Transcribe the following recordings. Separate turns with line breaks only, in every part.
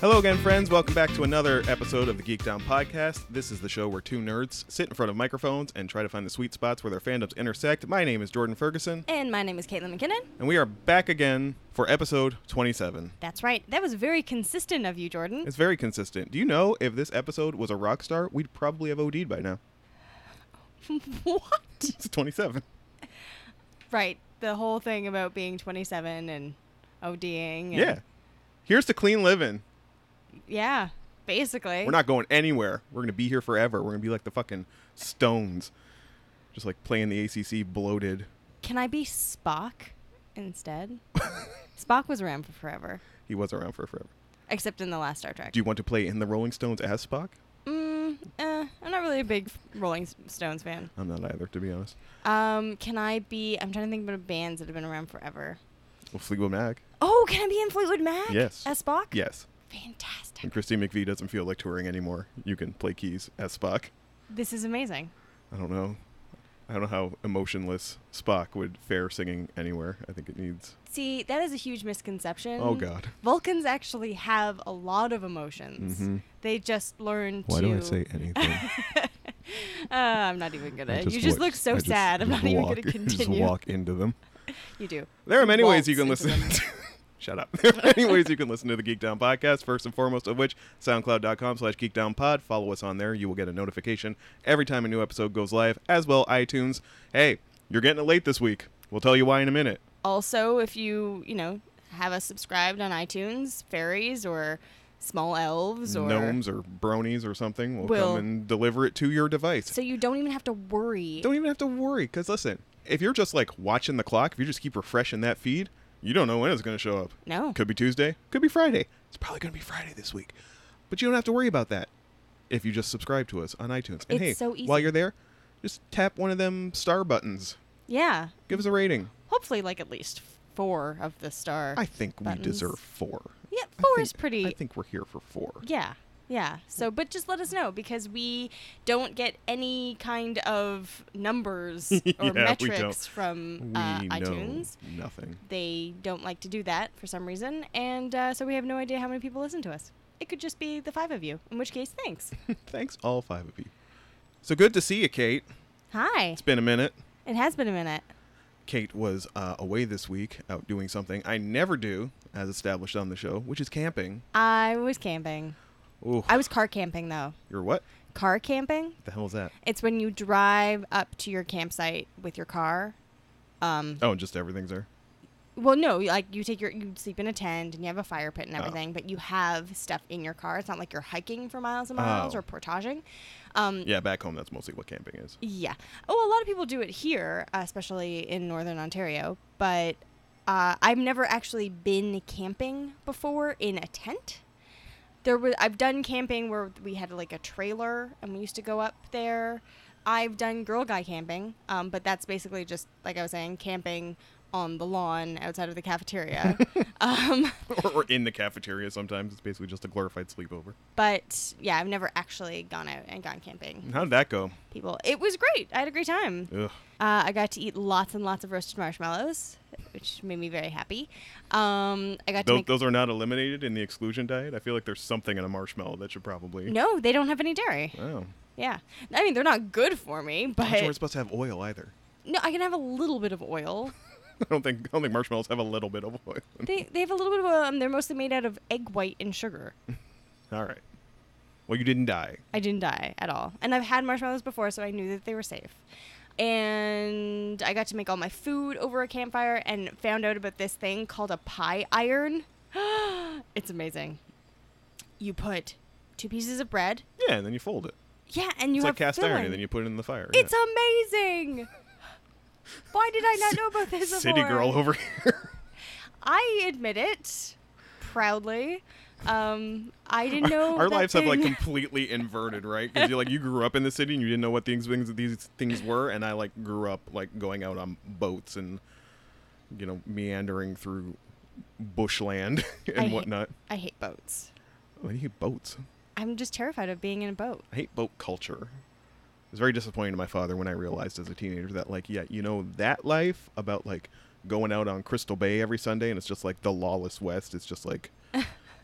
Hello again, friends. Welcome back to another episode of the Geek Down Podcast. This is the show where two nerds sit in front of microphones and try to find the sweet spots where their fandoms intersect. My name is Jordan Ferguson,
And my name is Caitlin McKinnon.
and we are back again for episode 27.
That's right. That was very consistent of you, Jordan.
It's very consistent. Do you know if this episode was a rock star, we'd probably have OD'd by now?
what?
It's 27.
Right. The whole thing about being 27 and ODing. And
Yeah. Here's to clean living.
Yeah. Basically.
We're not going anywhere. We're going to be here forever. We're going to be like the fucking Stones, just like playing the ACC bloated.
Can I be Spock instead? Spock was around for forever,
He was around for forever.
except in the last Star Trek.
Do you want to play in the Rolling Stones as Spock?
mm, eh, I'm not really a big Rolling S- Stones fan.
I'm not either, to be honest.
Um, can I be? I'm trying to think about bands that have been around forever.
Well, Fleetwood Mac,
Oh, can I be in Fleetwood Mac?
Yes.
As Spock?
yes.
Fantastic.
And Christine McVie doesn't feel like touring anymore. You can play keys as Spock.
This is amazing.
I don't know. I don't know how emotionless Spock would fare singing anywhere. I think it needs.
See, that is a huge misconception.
Oh God.
Vulcans actually have a lot of emotions.
Mhm.
They just learn
Why
to.
do I say anything?
Uh, I'm not even
I
gonna. you just
walk-
look so
I just-
sad. I'm
just
not even
walk-
gonna continue.
Just walk into them.
You do.
There are many ways you can
Waltz
listen.
into
To, shut up. There are many ways you can listen to the Geek Down podcast. First and foremost of which, soundcloud.com slash geekdownpod. Follow us on there. You will get a notification every time a new episode goes live, as well iTunes. Hey, you're getting it late this week. We'll tell you why in a minute.
Also, if you you know have us subscribed on iTunes, fairies or small elves or
Gnomes or bronies or something will
Will-
come and deliver it to your device.
so you don't even have to worry.
don't even have to worry, because listen, if you're just like watching the clock, if you just keep refreshing that feed, you don't know when it's going to show up.
no.
Could be Tuesday. Could be Friday. It's probably going to be Friday this week. But you don't have to worry about that if you just subscribe to us on iTunes. And
It's
hey,
so easy.
while you're there, just tap one of them star buttons.
Yeah.
Give us a rating.
Hopefully, like at least four of the star.
I think
Buttons.
we deserve four.
yeah,
I
four
think-
is pretty.
I think we're here for four.
Yeah. Yeah. So, but just let us know because we don't get any kind of numbers or
Yeah, we don't.
metrics from
We
uh,
know
iTunes.
nothing.
They don't like to do that for some reason. And uh, so we have no idea how many people listen to us. It could just be the five of you, in which case, thanks.
Thanks, all five of you. So good to see you, Kate.
Hi.
It's been a minute.
It has been a minute.
Kate was uh, away this week out doing something I never do, as established on the show, which is camping.
I was camping.
Ooh,
I was car camping, though.
you're what?
Car camping?
What the hell is that?
It's when you drive up to your campsite with your car. Um,
Oh, and just everything's there.
Well, no, like you take your you sleep in a tent and you have a fire pit and
Oh.
everything, but you have stuff in your car. It's not like you're hiking for miles and miles
Oh.
or portaging. Um, yeah.
Yeah, back home, that's mostly what camping is.
Oh, a lot of people do it here, uh, especially in northern Ontario. But uh, I've never actually been camping before in a tent. There was I've done camping where we had like a trailer and we used to go up there. I've done girl guy camping, um, but that's basically just like I was saying, camping on the lawn outside of the cafeteria. um,
or, or in the cafeteria sometimes. It's basically just a glorified sleepover.
but yeah, I've never actually gone out and gone camping.
How did that go?
People, it was great. I had a great time.
Ugh.
Uh, I got to eat lots and lots of roasted marshmallows, which made me very happy. Um, I got to
Those,
make
those are not eliminated in the exclusion diet. I feel like there's something in a marshmallow that should probably. Oh.
no, they don't have any dairy.
Wow.
Yeah, I mean they're not good for me,
I'm not sure we're
but
supposed to have oil either.
no, I can have a little bit of oil.
I don't think I don't think marshmallows have a little bit of oil.
They they have a little bit of oil, and they're mostly made out of egg white and sugar.
All right. Well, you didn't die.
I didn't die at all. And I've had marshmallows before, so I knew that they were safe. And I got to make all my food over a campfire and found out about this thing called a pie iron. it's amazing. You put two pieces of bread.
Yeah, and then you fold it.
Yeah, and you
it's
have
like cast iron,
filling.
and then you put it in the fire.
It's amazing. Why did I not know about
yeah.
this before?
city girl over here.
I admit it proudly. Um, I didn't know.
Our
that
lives have like
thing-
completely inverted, right? Because you like you grew up in the city and you didn't know what these things these things were, and I like grew up like going out on boats and you know meandering through bushland and
I hate-
whatnot.
I hate boats.
I hate boats.
I'm just terrified of being in a boat.
I hate boat culture. It was very disappointing to my father when I realized as a teenager that like yeah, you know that life about like going out on Crystal Bay every Sunday and it's just like the lawless west. It's just like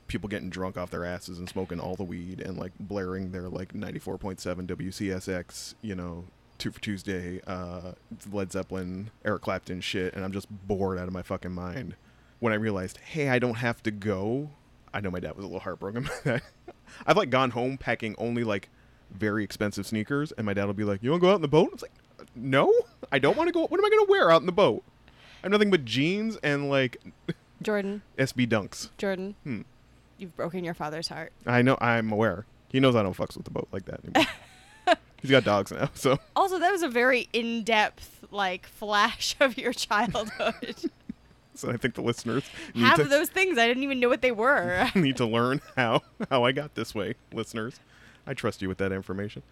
people getting drunk off their asses and smoking all the weed and like blaring their like 94.7 WCSX, you know, Two for Tuesday, uh, Led Zeppelin, Eric Clapton shit, and I'm just bored out of my fucking mind. When I realized, hey, I don't have to go. I know my dad was a little heartbroken by that. I've like gone home packing only like very expensive sneakers, and my dad will be like, "You want to go out in the boat?" It's like, "No, I don't want to go. What am I going to wear out in the boat? I have nothing but jeans and like
Jordan,
SB Dunks."
Jordan,
Hmm.
you've broken your father's heart.
I know. I'm aware. He knows I don't fucks with the boat like that anymore. He's got dogs now, so
Also, that was a very in-depth like flash of your childhood.
so I think the listeners need
Half
to
of those things I didn't even know what they were.
need to learn how how I got this way, listeners. I trust you with that information.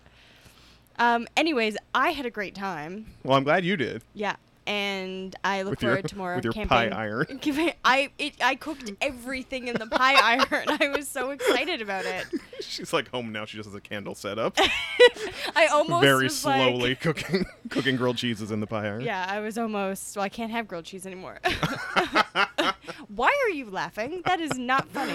Um, anyways, I had a great time.
Well, I'm glad you did.
Yeah, and I look
With your-
forward to more
with your
camping.
pie iron.
Camping- I it, I cooked everything in the pie iron. I was so excited about it.
She's like home now. She just has a candle set up,
I almost
very
was like-
slowly cooking cooking grilled cheeses in the pie iron.
yeah, I was almost. Well, I can't have grilled cheese anymore. Why are you laughing? That is not funny.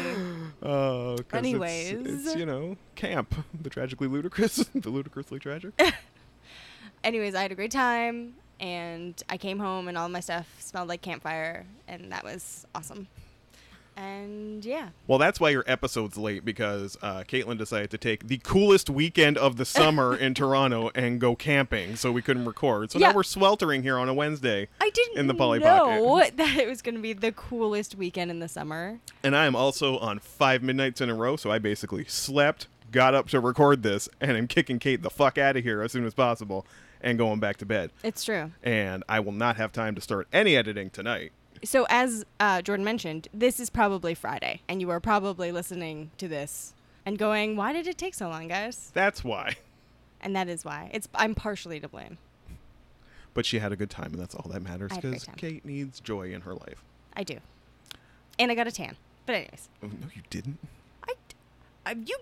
Oh, 'cause it's- it's,
Anyways.
you know camp, the tragically ludicrous, the ludicrously tragic.
Anyways, I had a great time, and I came home, and all my stuff smelled like campfire, and that was awesome. And yeah,
Well, that's why your episode's late because uh, Caitlin decided to take the coolest weekend of the summer in Toronto and go camping, so we couldn't record. So
Yeah.
now we're sweltering here on a Wednesday.
I didn't
in the Polly
know
Pocket.
that it was going to be the coolest weekend in the summer.
And I am also on five midnights in a row, so I basically slept, got up to record this, and am kicking Kate the fuck out of here as soon as possible and going back to bed.
It's true.
And I will not have time to start any editing tonight.
So, as uh, Jordan mentioned, this is probably Friday, and you are probably listening to this and going, "Why did it take so long, guys?"
That's why.
And that is why it's I'm partially to blame.
But she had a good time, and that's all that matters
I had a great
because
time.
Kate needs joy in her life.
I do, and I got a tan. But anyways,
Oh, no, you didn't.
I, I you,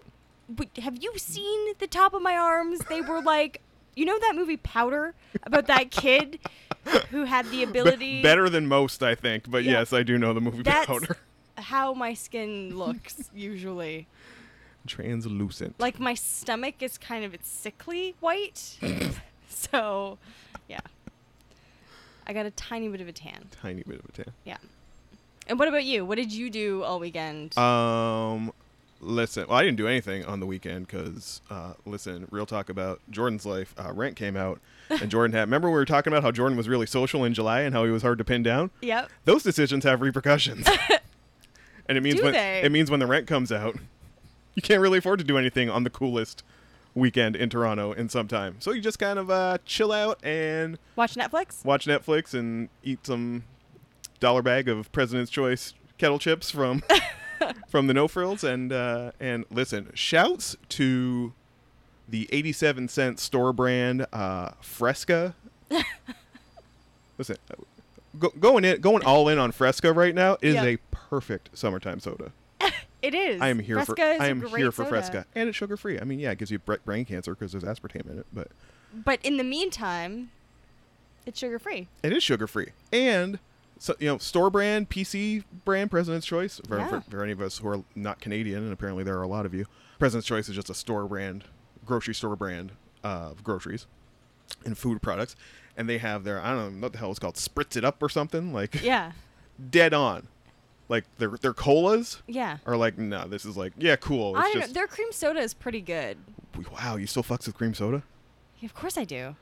but have you seen the top of my arms? They were like, you know that movie Powder about that kid who had the
Be-
ability.
better than most, I think. But
Yeah.
yes, I do know the movie
That's
Powder.
how my skin looks usually.
Translucent.
Like my stomach is kind of it's sickly white. so, yeah. I got a tiny bit of a tan.
Tiny bit of a tan.
Yeah. And what about you? What did you do all weekend?
Um, listen. Well, I didn't do anything on the weekend because, uh, listen, real talk about Jordan's life. Uh, Rent came out, and Jordan had. Remember, we were talking about how Jordan was really social in July and how he was hard to pin down.
yep.
Those decisions have repercussions, and it means
Do
when
they?
it means when the rent comes out, you can't really afford to do anything on the coolest weekend in Toronto in some time. So you just kind of uh, chill out and
Watch Netflix?
watch Netflix and eat some dollar bag of President's Choice kettle chips from from the No Frills and uh, and listen, shouts to the 87 cent store brand uh, Fresca. listen, go, going in going all in on Fresca right now is
Yeah.
a perfect summertime soda.
It is.
I am here
Fresca
for
is a
I am
great
here for
soda.
Fresca and it's sugar free. I mean, yeah, it gives you br- brain cancer because there's aspartame in it, but
But in the meantime, it's sugar free.
It is sugar free, and so you know, store brand, PC brand, President's Choice. For,
Yeah.
for, for any of us who are not Canadian, and apparently there are a lot of you, President's Choice is just a store brand, grocery store brand of groceries and food products, and they have their I don't know what the hell it's called, spritz it up or something like
Yeah.
dead on, like their their colas
Yeah.
are like no, this is like yeah, cool.
I
It's
don't know.
just
Their cream soda is pretty good.
wow, you still fucks with cream soda?
Of course I do.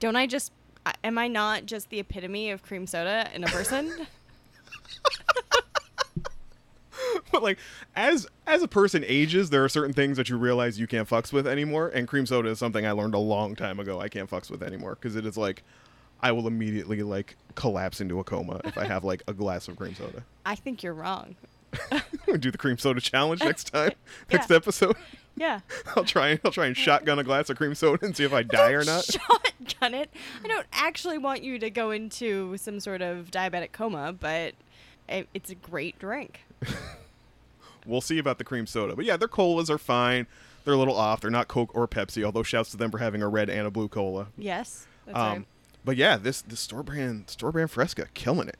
Don't I just? I- Am I not just the epitome of cream soda in a person?
but like as as a person ages there are certain things that you realize you can't fucks with anymore and cream soda is something i learned a long time ago i can't fucks with anymore because it is like i will immediately like collapse into a coma if i have like a glass of cream soda
I think you're wrong.
do the cream soda challenge next time
Yeah.
next episode
Yeah.
i'll try and i'll try and shotgun a glass of cream soda and see if i die or not
Shotgun it. I don't actually want you to go into some sort of diabetic coma, but it, it's a great drink.
we'll see about the cream soda but yeah their colas are fine they're a little off they're not coke or pepsi although shouts to them for having a red and a blue cola
Yes. That's
Um,
right.
But yeah, this the store brand store brand Fresca killing it.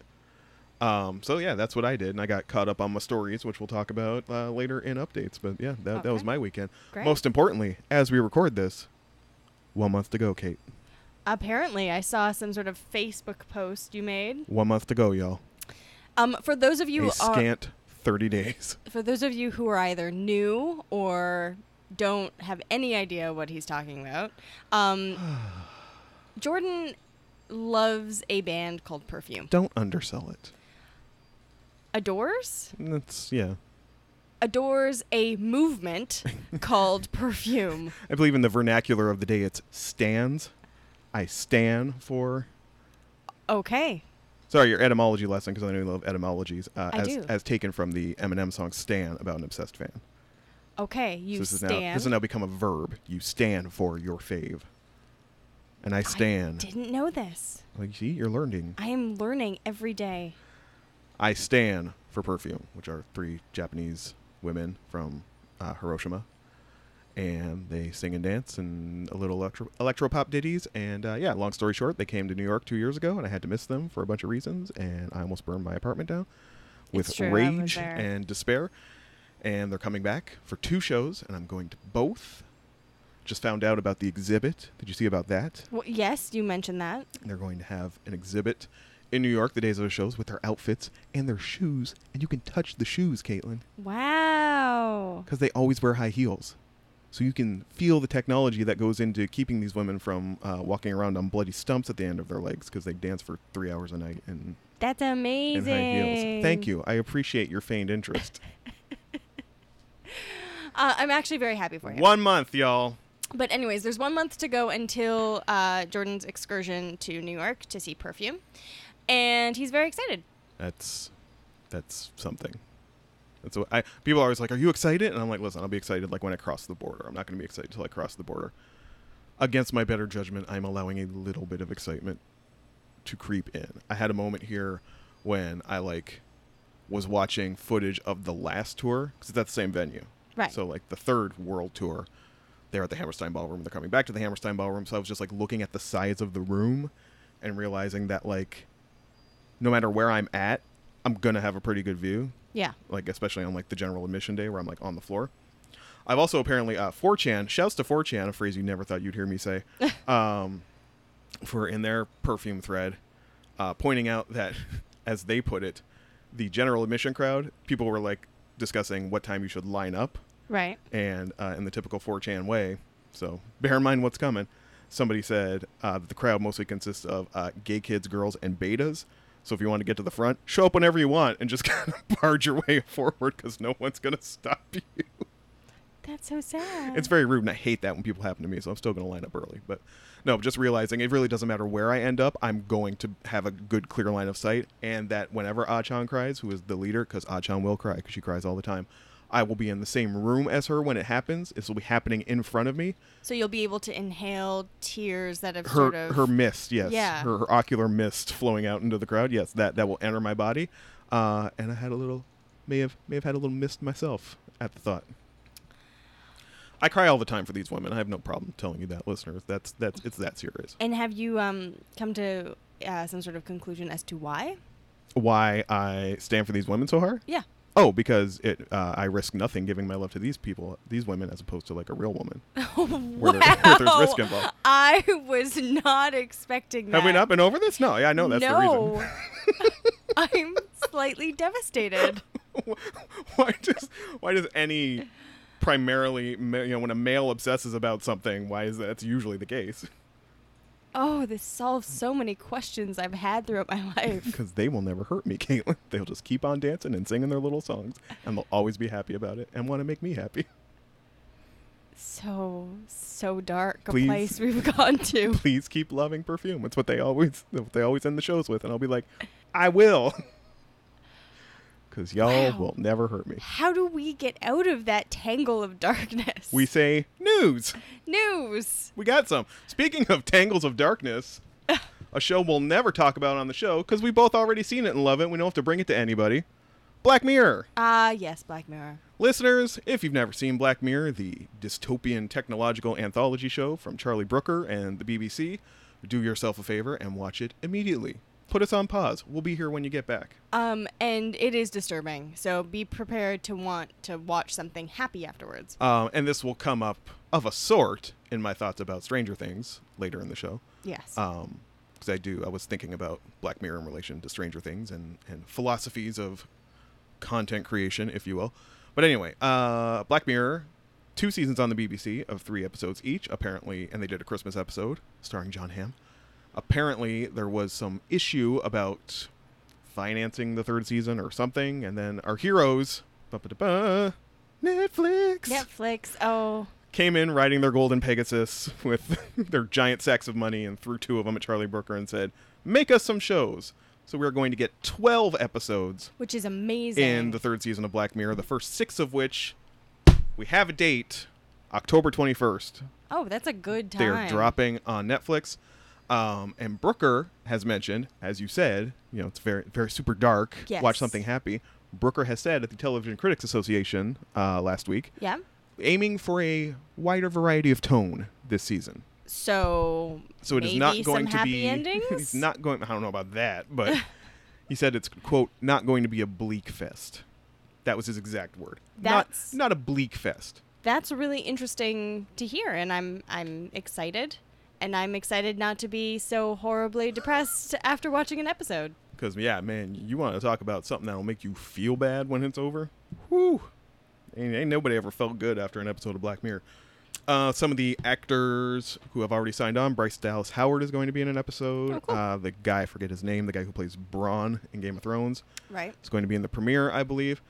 Um, so yeah, that's what I did, and I got caught up on my stories, which we'll talk about uh, later in updates. But yeah, that, that was
Okay.
my weekend.
Great.
Most importantly, as we record this, one month to go, Kate.
Apparently, I saw some sort of Facebook post you made.
One month to go, y'all.
Um, for those of you
A
are,
scant thirty days.
for those of you who are either new or don't have any idea what he's talking about, um, Jordan loves a band called Perfume.
Don't undersell it.
Adores
That's yeah.
adores a movement called Perfume.
I believe in the vernacular of the day. It's stands. I stand for.
Okay.
Sorry, your etymology lesson because I know you love etymologies. Uh,
I
as,
do.
as taken from the Eminem song "Stan" about an obsessed fan.
Okay, you
So this is now
stand.
this has now become a verb. You stand for your fave. And I stand.
Didn't know this.
like see, you're learning.
I am learning every day.
I stand for perfume, which are three Japanese women from uh, Hiroshima, and they sing and dance and a little electro electro pop ditties. And uh, yeah, long story short, they came to New York two years ago, and I had to miss them for a bunch of reasons, and I almost burned my apartment down with
It's true, I was
rage
there.
and despair. And they're coming back for two shows, and I'm going to both. Just found out about the exhibit. Did you see about that?
Well, yes, you mentioned that.
They're going to have an exhibit in New York the days of the shows with their outfits and their shoes, and you can touch the shoes, Caitlin,
Wow.
because they always wear high heels. So you can feel the technology that goes into keeping these women from uh, walking around on bloody stumps at the end of their legs because they dance for three hours a night in,
That's
in
amazing.
high heels. Thank you. I appreciate your feigned interest.
Uh, I'm actually very happy for you.
One month, y'all.
But anyways, there's one month to go until uh, Jordan's excursion to New York to see Perfume, and he's very excited.
That's that's something. That's what I people are always like, "Are you excited?" And I'm like, "Listen, I'll be excited like when I cross the border. I'm not going to be excited till I cross the border." Against my better judgment, I'm allowing a little bit of excitement to creep in. I had a moment here when I like was watching footage of the last tour because it's at the same venue.
Right.
So like the third world tour, they're at the Hammerstein Ballroom. They're coming back to the Hammerstein Ballroom. So I was just like looking at the size of the room and realizing that like no matter where I'm at, I'm gonna have a pretty good view.
Yeah.
Like especially on like the general admission day where I'm like on the floor. I've also apparently uh, 4chan. Shouts to 4chan, a phrase you never thought you'd hear me say. um, for in their perfume thread, uh, pointing out that, as they put it, the general admission crowd people were like discussing what time you should line up
Right.
and uh, in the typical 4chan way. So bear in mind what's coming. Somebody said uh, that the crowd mostly consists of uh, gay kids, girls, and betas. So if you want to get to the front, show up whenever you want and just kind of barge your way forward because no one's going to stop you.
That's so sad.
It's very rude, and I hate that when people happen to me. So I'm still going to line up early. But no, just realizing it really doesn't matter where I end up. I'm going to have a good, clear line of sight, and that whenever Achan cries, who is the leader, because Achan will cry because she cries all the time, I will be in the same room as her when it happens. This will be happening in front of me.
so you'll be able to inhale tears that have
Her
sort of
her mist, yes,
Yeah.
her, her ocular mist flowing out into the crowd. Yes, that that will enter my body, uh, and I had a little, may have may have had a little mist myself at the thought. I cry all the time for these women. I have no problem telling you that, listeners. That's that's it's that serious.
And have you um, come to uh, some sort of conclusion as to why?
Why I stand for these women so hard?
Yeah.
Oh, because it uh, I risk nothing giving my love to these people, these women, as opposed to like a real woman.
wow.
there- where there's risk involved.
I was not expecting that.
Have we not been over this? No, yeah, I know that's the
no. I'm slightly devastated.
reason. why does why does any primarily ma- you know when a male obsesses about something, why is that that's usually the case?
Oh, this solves so many questions I've had throughout my life.
Because they will never hurt me, Caitlin. They'll just keep on dancing and singing their little songs, and they'll always be happy about it and want to make me happy.
So, so dark a
Please.
place we've gone to.
please keep loving perfume. It's what they always what they always end the shows with, and I'll be like, I will, because y'all
Wow.
will never hurt me.
How do we get out of that tangle of darkness?
We say news.
News.
We got some. Speaking of tangles of darkness, a show we'll never talk about on the show because we both already seen it and love it. We don't have to bring it to anybody. Black Mirror.
Ah, yes, Black Mirror.
Listeners, if you've never seen Black Mirror, the dystopian technological anthology show from Charlie Brooker and the BBC, do yourself a favor and watch it immediately. Put us on pause. We'll be here when you get back.
Um, and it is disturbing. So be prepared to want to watch something happy afterwards.
Um, and this will come up of a sort in my thoughts about Stranger Things later in the show.
Yes.
Um, because I do, I was thinking about Black Mirror in relation to Stranger Things and and philosophies of content creation, if you will. But anyway, uh, Black Mirror, two seasons on the BBC of three episodes each, apparently, and they did a Christmas episode starring John Hamm. Apparently, there was some issue about financing the third season or something, and then our heroes, ba-ba-da-ba, Netflix
Netflix. Oh,
came in riding their golden Pegasus with their giant sacks of money and threw two of them at Charlie Brooker and said, Make us some shows. So we're going to get 12 episodes
which is amazing.
in the third season of Black Mirror, the first six of which we have a date October 21st.
oh, that's a good time.
They're dropping on Netflix. Um, and Brooker has mentioned, as you said, you know, it's very, very super dark.
Yes.
Watch something happy. Brooker has said at the Television Critics Association uh, last week
Yeah.
aiming for a wider variety of tone this season.
So.
So it is
maybe
not going
some
to
happy
be.
endings.
It's not going. I don't know about that, but he said it's quote not going to be a bleak fest. That was his exact word.
That's-
not not a bleak fest.
that's really interesting to hear and i'm i'm excited and i'm excited not to be so horribly depressed after watching an episode
Because yeah, man, you want to talk about something that'll make you feel bad when it's over? Whew. Ain't, ain't nobody ever felt good after an episode of Black Mirror. Uh, some of the actors who have already signed on, Bryce Dallas Howard is going to be in an episode.
Oh, cool.
uh, the guy, I forget his name, the guy who plays Braun in Game of Thrones,
right
is going to be in the premiere, I believe.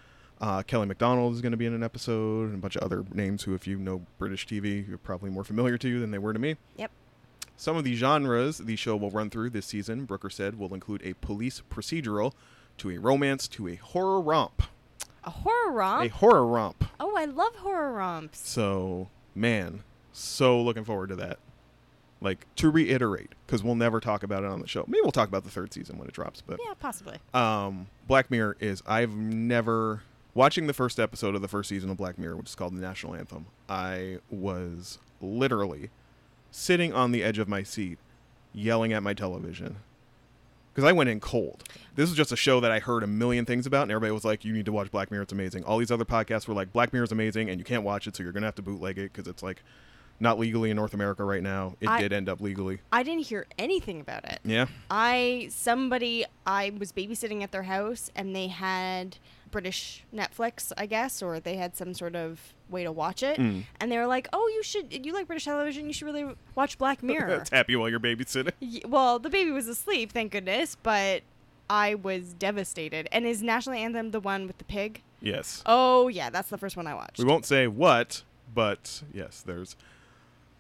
Uh, Kelly McDonald is going to be in an episode, and a bunch of other names who, if you know British TV, you're probably more familiar to than they were to me.
yep
Some of the genres the show will run through this season, Brooker said, will include a police procedural, to a romance, to a horror romp.
a horror
A
romp
horror romp.
oh i love horror romps
So, man, so looking forward to that. Like, to reiterate, because we'll never talk about it on the show. Maybe we'll talk about the third season when it drops, but
yeah possibly
um, Black Mirror is I've never watching the first episode of the first season of Black Mirror, which is called the National Anthem. I was literally sitting on the edge of my seat, yelling at my television because I went in cold. This was just a show that I heard a million things about, and everybody was like, "You need to watch Black Mirror; it's amazing." All these other podcasts were like, "Black Mirror is amazing," and you can't watch it, so you're gonna have to bootleg it because it's like not legally in North America right now. It
I-
did end up legally.
i didn't hear anything about it
Yeah.
I somebody I was babysitting at their house and they had British Netflix, I guess, or they had some sort of way to watch it,
Mm.
and they were like, "Oh, you should. You like British television? You should really watch Black Mirror."
It's happy while you're babysitting.
Y- well, the baby was asleep, thank goodness, but I was devastated. And is National Anthem the one with the pig?
Yes.
Oh yeah, that's the first one I watched.
We won't say what, but yes, there's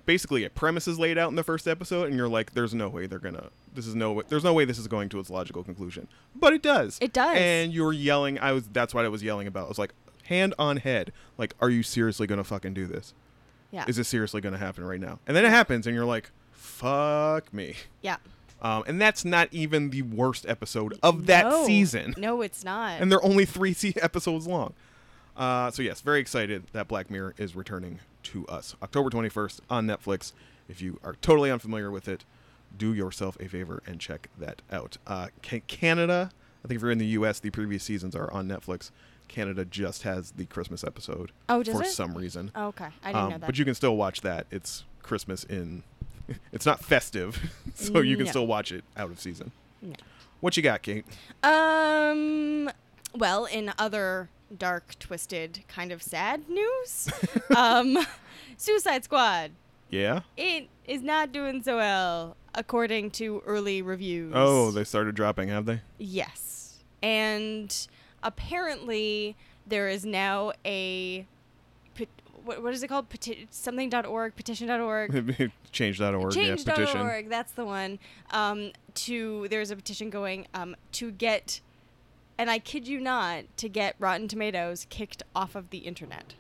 basically a premise is laid out in the first episode, and you're like, there's no way they're gonna. This is no. Way, there's no way this is going to its logical conclusion, but it does.
It does.
And you're yelling. I was. That's what I was yelling about. I was like, hand on head. Like, are you seriously gonna fucking do this?
yeah,
Is this seriously gonna happen right now? And then it happens, and you're like, fuck me.
yeah.
Um, and that's not even the worst episode of that
No.
season
No, it's not.
and they're only three se- episodes long. Uh, so yes, very excited that Black Mirror is returning to us October 21st on Netflix. If you are totally unfamiliar with it, do yourself a favor and check that out. Uh, Ca- Canada, I think if you're in the U.S., the previous seasons are on Netflix. Canada just has the Christmas episode
Oh, does
for
it?
some reason.
oh, okay, I didn't
Um,
know that.
But you can still watch that. It's Christmas in. It's not festive, so you can
No.
still watch it out of season.
No.
What you got, Kate?
Um. Well, in other dark, twisted, kind of sad news, um, Suicide Squad
Yeah.
it is not doing so well according to early reviews.
Oh, they started dropping, have they?
yes, and apparently there is now a pet- what, what is it called? Peti- something.org, petition.org.
Change.org.
Change
yeah,
dot
petition.
org. That's the one. Um, to there's a petition going um, to get, and I kid you not, to get Rotten Tomatoes kicked off of the internet.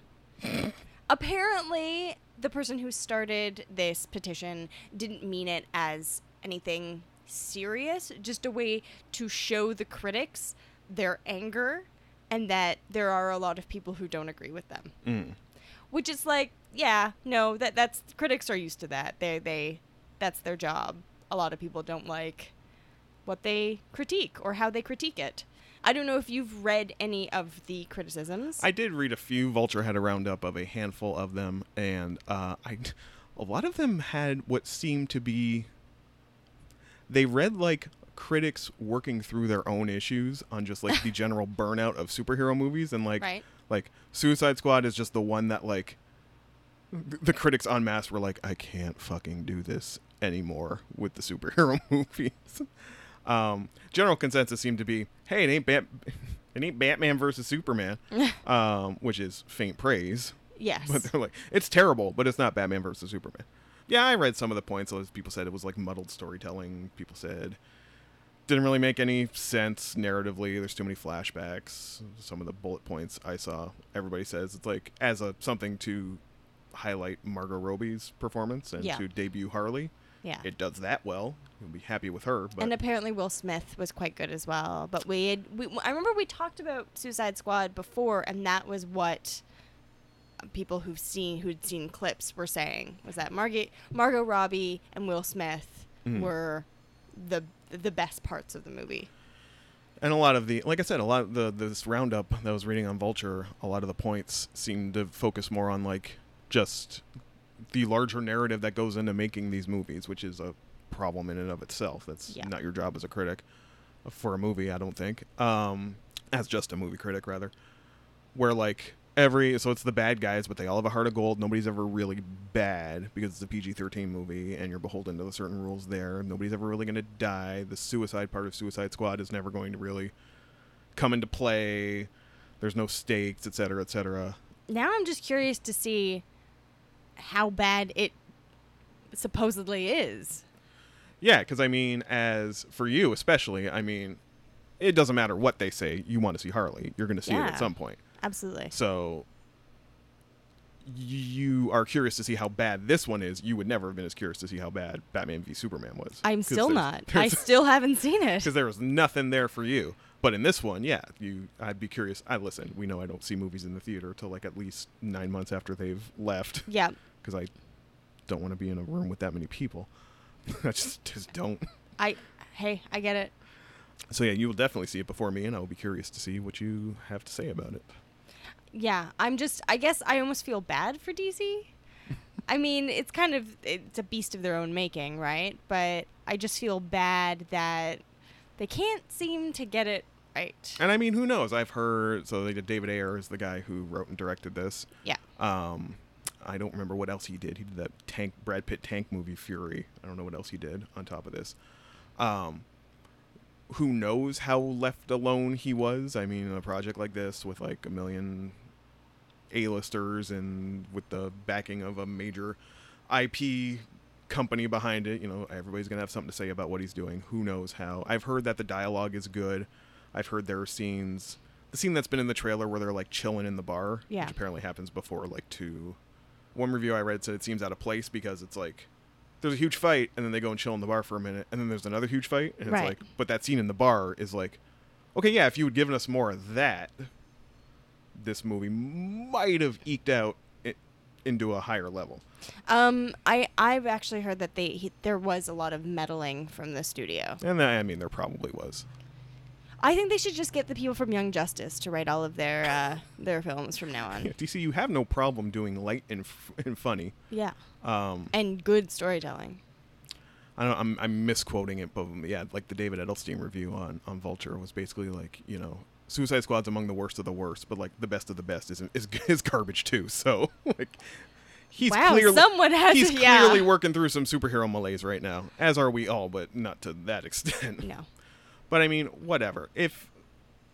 Apparently, the person who started this petition didn't mean it as anything serious, just a way to show the critics their anger and that there are a lot of people who don't agree with them
Mm.
which is like yeah no that that's critics are used to that they they that's their job a lot of people don't like what they critique or how they critique it. I don't know if you've read any of the criticisms.
I did read a few. Vulture had a roundup of a handful of them, and uh, I, a lot of them had what seemed to be. They read like critics working through their own issues on just like the general burnout of superhero movies, and like,
Right.
like Suicide Squad is just the one that like. th- The critics en masse were like, I can't fucking do this anymore with the superhero movies. Um, general consensus seemed to be, hey, it ain't Bat- it ain't Batman versus Superman, um, which is faint praise.
yes.
But they're like, it's terrible, but it's not Batman versus Superman. Yeah, I read some of the points. Those People said it was like muddled storytelling. People said didn't really make any sense narratively. There's too many flashbacks. Some of the bullet points I saw, everybody says it's like as a something to highlight Margot Robbie's performance and
Yeah.
to debut Harley.
yeah.
It does that well. You'll be happy with her. But
and apparently Will Smith was quite good as well. But we had, we, I remember we talked about Suicide Squad before, and that was what people who've seen who'd seen clips were saying was that Margot Margot Robbie and Will Smith were the the best parts of the movie.
and a lot of the like i said a lot of the this roundup that i was reading on vulture a lot of the points seem to focus more on like just the larger narrative that goes into making these movies which is a problem in and of itself that's
Yeah.
not your job as a critic for a movie i don't think um as just a movie critic rather where like every so it's the bad guys but they all have a heart of gold nobody's ever really bad because it's a pg-13 movie and you're beholden to the certain rules there nobody's ever really going to die the suicide part of suicide squad is never going to really come into play there's no stakes etc etc
Now I'm just curious to see how bad it supposedly is.
yeah because i mean as for you especially i mean it doesn't matter what they say you want to see harley you're going to see it
Yeah.
at some point
Absolutely.
So you are curious to see how bad this one is. You would never have been as curious to see how bad Batman v Superman was.
I'm
'Cause
still
there's-
not. I
there's-
still haven't seen it.
because there was nothing there for you. But in this one, yeah, you, I'd be curious. I listen. We know I don't see movies in the theater till like at least nine months after they've left
Yeah.
because I don't want to be in a room with that many people. I just just don't.
I hey, I get it.
So yeah, you will definitely see it before me, and I will be curious to see what you have to say about it.
yeah i'm just i guess i almost feel bad for dc i mean it's kind of it's a beast of their own making right but i just feel bad that they can't seem to get it right
And I mean, who knows? I've heard so they did David Ayer is the guy who wrote and directed this.
yeah
Um, I don't remember what else he did. He did that tank Brad Pitt tank movie Fury. I don't know what else he did on top of this. Um, who knows how left alone he was? I mean, in a project like this with like a million A-listers and with the backing of a major IP company behind it, you know, everybody's going to have something to say about what he's doing. Who knows how? I've heard that the dialogue is good. I've heard there are scenes, the scene that's been in the trailer where they're like chilling in the bar,
Yeah.
which apparently happens before like two. One review I read said it seems out of place because it's like there's a huge fight and then they go and chill in the bar for a minute and then there's another huge fight and
Right.
it's like but that scene in the bar is like okay, yeah, if you had given us more of that, this movie might have eked out it into a higher level.
um i i've actually heard that they he, there was a lot of meddling from the studio
And I I mean, there probably was.
i think they should just get the people from young justice to write all of their uh their films from now
Yeah,
on
DC, you have no problem doing light and, f- and funny.
yeah
Um,
and good storytelling
I don't, I'm, I'm misquoting it, but yeah, like the David Edelstein review on, on Vulture was basically like, you know, Suicide Squad's among the worst of the worst, but like the best of the best is is, is garbage too. So like, he's
Wow,
clearly
someone has-
he's
yeah.
clearly working through some superhero malaise right now, as are we all, but not to that extent.
no
But I mean, whatever. If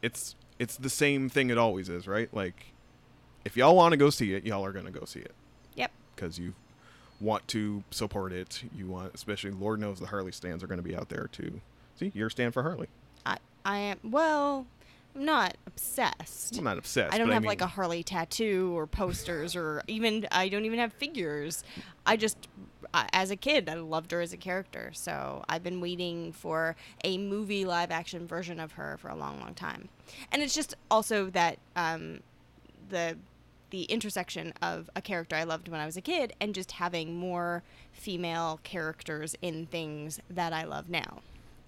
it's it's the same thing it always is, right? Like, if y'all want to go see it, y'all are gonna go see it
yep
because you want to support it. You want, especially Lord knows the Harley stands are going to be out there too. See, your stand for Harley.
i i am well i'm not obsessed
I'm not obsessed.
I don't
but
have
mean,
like a Harley tattoo or posters or even I don't even have figures. I just I, as a kid I loved her as a character, so I've been waiting for a movie live action version of her for a long, long time. And it's just also that um, the the intersection of a character I loved when I was a kid and just having more female characters in things that I love now.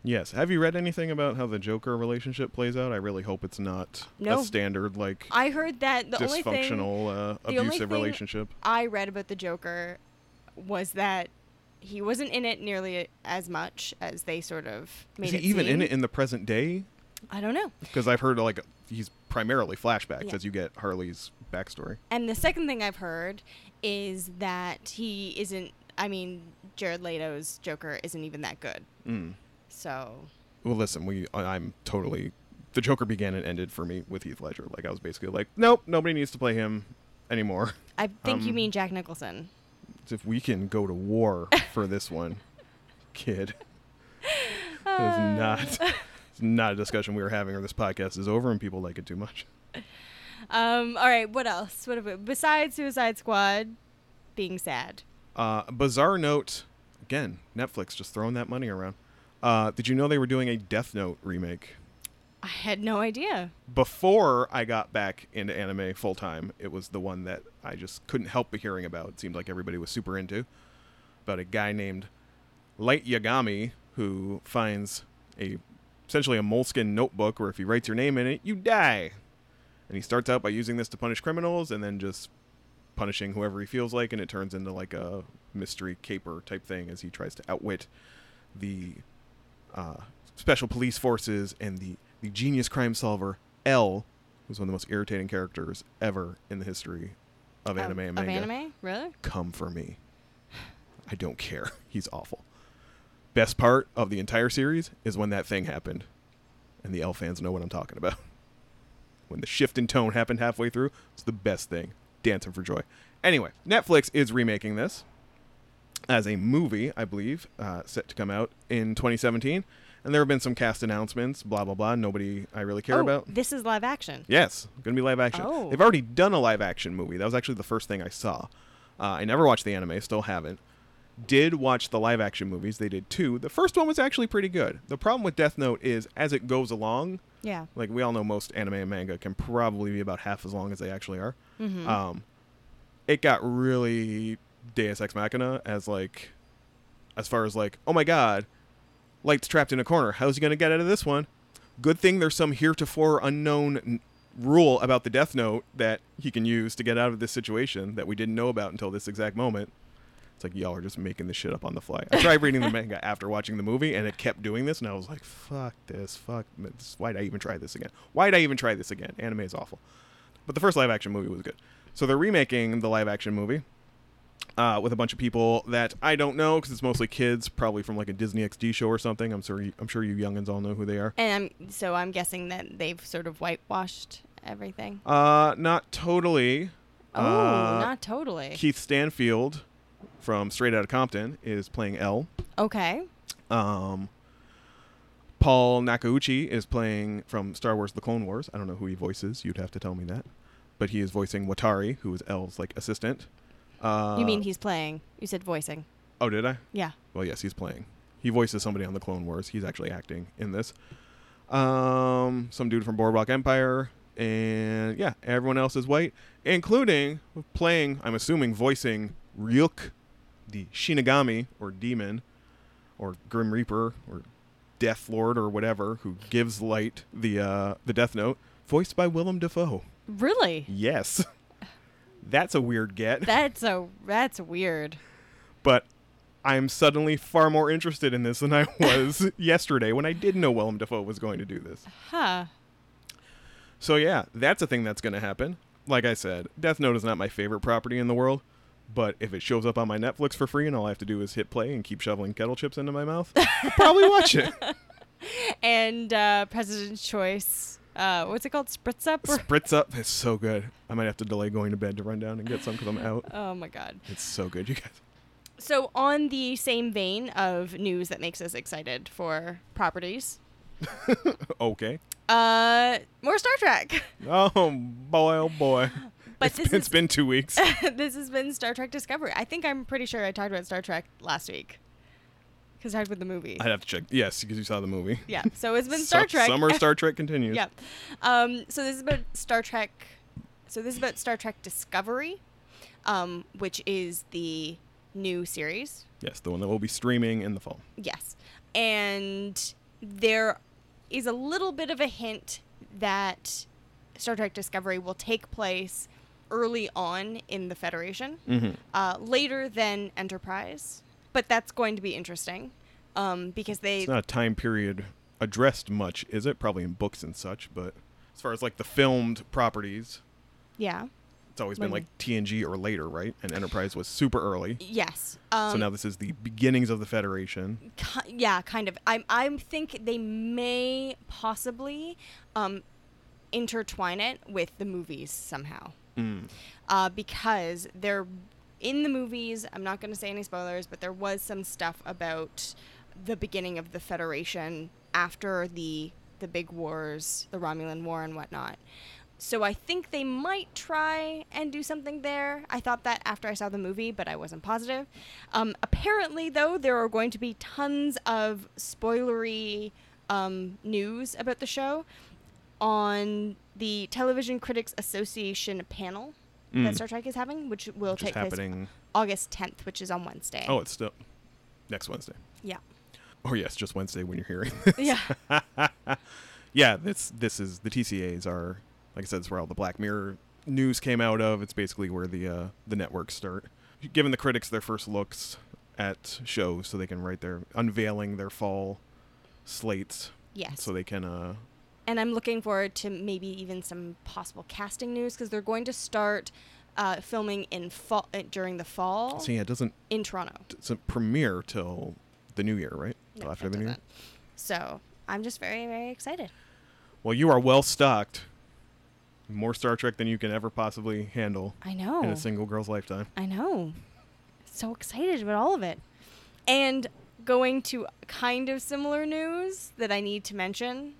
Yes. Have you read anything about how the Joker relationship plays out? I really hope it's not
No.
a standard like
I heard that the only thing
dysfunctional uh,
the only
abusive
thing-
relationship.
I read about the Joker was that he wasn't in it nearly as much as they sort of made
Is he
it
even in
seem.
it in the present day?
I don't know.
Because I've heard like he's primarily flashbacks
Yeah.
as you get Harley's backstory.
And the second thing I've heard is that he isn't. I mean, Jared Leto's Joker isn't even that good.
Mm.
So
Well, listen, we I- I'm totally the Joker began and ended for me with Heath Ledger. Like I was basically like, nope, nobody needs to play him anymore.
I think you
Um,
mean Jack Nicholson.
If we can go to war for this one, kid, that is not. It's not a discussion we were having, or this podcast is over, and people like it too much.
Um. All right. What else? What about besides Suicide Squad being sad?
Uh, bizarre note again, Netflix just throwing that money around. Uh, did you know they were doing a Death Note remake?
I had no idea.
Before I got back into anime full time, it was the one that I just couldn't help but hearing about. It seemed like everybody was super into. About a guy named Light Yagami who finds a essentially a moleskin notebook where if you write your name in it, you die. And he starts out by using this to punish criminals and then just punishing whoever he feels like, and it turns into like a mystery caper type thing as he tries to outwit the uh, special police forces and the, the genius crime solver L, who's one of the most irritating characters ever in the history of anime and
of
manga
anime, really?
come for me. I don't care. He's awful. Best part of the entire series is when that thing happened. And the L fans know what I'm talking about. When the shift in tone happened halfway through, it's the best thing. Dancing for joy. Anyway, Netflix is remaking this as a movie, I believe, uh, set to come out in 2017. And there have been some cast announcements, blah, blah, blah. Nobody I really care
oh,
about.
this is live action.
Yes, going to be live action.
Oh.
They've already done a live action movie. That was actually the first thing I saw. Uh, I never watched the anime, still haven't. Did watch the live action movies. They did two. The first one was actually pretty good. The problem with Death Note is as it goes along,
Yeah.
like we all know most anime and manga can probably be about half as long as they actually are.
Mm-hmm.
Um, it got really Deus Ex Machina as like, as far as like, oh my god, light's trapped in a corner. How's he gonna get out of this one? Good thing there's some heretofore unknown n- rule about the Death Note that he can use to get out of this situation that we didn't know about until this exact moment. It's like y'all are just making this shit up on the fly. I tried reading the manga after watching the movie, and it kept doing this, and I was like, "Fuck this! Fuck this! Why'd I even try this again? Why'd I even try this again? Anime is awful." But the first live action movie was good. So they're remaking the live action movie uh, with a bunch of people that I don't know because it's mostly kids, probably from like a Disney XD show or something. I'm sure you, I'm sure you youngins all know who they are.
and I'm so I'm guessing that they've sort of whitewashed everything.
Uh, not totally.
Oh,
Uh,
not totally.
Keith Stanfield from Straight Outta Compton is playing L.
okay.
Um, Paul Nakauchi is playing from Star Wars: The Clone Wars. I don't know who he voices. You'd have to tell me that. But he is voicing Watari, who is L's like assistant. Uh,
you mean he's playing? You said voicing.
Oh, did I?
Yeah.
Well, yes, he's playing. He voices somebody on the Clone Wars. He's actually acting in this. Um, some dude from Boardwalk Empire, and yeah, everyone else is white, including playing. I'm assuming voicing Ryuk, the Shinigami or demon, or Grim Reaper or Death Lord or whatever, who gives light the uh, the Death Note, voiced by Willem Dafoe.
Really?
Yes, that's a weird get
That's a that's weird.
but I'm suddenly far more interested in this than I was yesterday when I didn't know Willem Dafoe was going to do this.
Huh.
So yeah, that's a thing that's going to happen. Like I said, Death Note is not my favorite property in the world, but if it shows up on my Netflix for free and all I have to do is hit play and keep shoveling kettle chips into my mouth, I'll probably watch it.
And uh, President's Choice. Uh, what's it called? Spritz up? Or-
Spritz up is so good. I might have to delay going to bed to run down and get some because I'm out.
oh my god.
It's so good, you guys.
So on the same vein of news that makes us excited for properties,
Okay.
uh, more Star Trek.
Oh boy, oh boy.
But
It's been-
this is-
it's been two weeks.
this has been Star Trek Discovery. I think I'm pretty sure I talked about Star Trek last week because I talked about the movie.
I'd have to check. Yes, because you saw the movie.
yeah. So it's been
Su-
Star Trek.
Summer Star Trek continues.
yeah. Um, so this is about Star Trek. So this is about Star Trek Discovery, um, which is the new series
Yes, the one that we'll be streaming in the fall.
Yes. And there is a little bit of a hint that Star Trek Discovery will take place early on in the Federation,
Mm-hmm.
uh, later than Enterprise. But that's going to be interesting um, because they
It's not a time period addressed much, is it? Probably in books and such, but as far as like the filmed properties,
yeah
it's always been
Maybe.
like TNG or later, right? And Enterprise was super early.
yes um,
so now this is the beginnings of the Federation.
ki- yeah, kind of. I I think they may possibly um, intertwine it with the movies somehow,
Mm.
uh, because they're in the movies. I'm not going to say any spoilers, but there was some stuff about the beginning of the Federation after the the big wars, the Romulan War and whatnot. So I think they might try and do something there. I thought that after I saw the movie, but I wasn't positive. Um, apparently, though, there are going to be tons of spoilery um, news about the show on the Television Critics Association panel that Star Trek is having, which will
Mm. Which is
take place
happening.
August 10th, which is on Wednesday.
Oh, it's still next Wednesday.
yeah,
Or yes, just Wednesday when you're hearing.
yeah,
yeah, this this is the TCAs are like I said, it's where all the Black Mirror news came out of. It's basically where the uh, the networks start giving the critics their first looks at shows, so they can write their unveiling their fall slates,
yes.
so they can uh,
and I'm looking forward to maybe even some possible casting news because they're going to start uh, filming in fall uh, during the fall
see. it doesn't
in Toronto.
doesn't premiere till the new year, right? Till
No,
after
it
the new year.
doesn't. So I'm just very very excited.
Well, you are well stocked. More Star Trek than you can ever possibly handle
I know.
in a single girl's lifetime.
I know. So excited about all of it. And going to kind of similar news that I need to mention.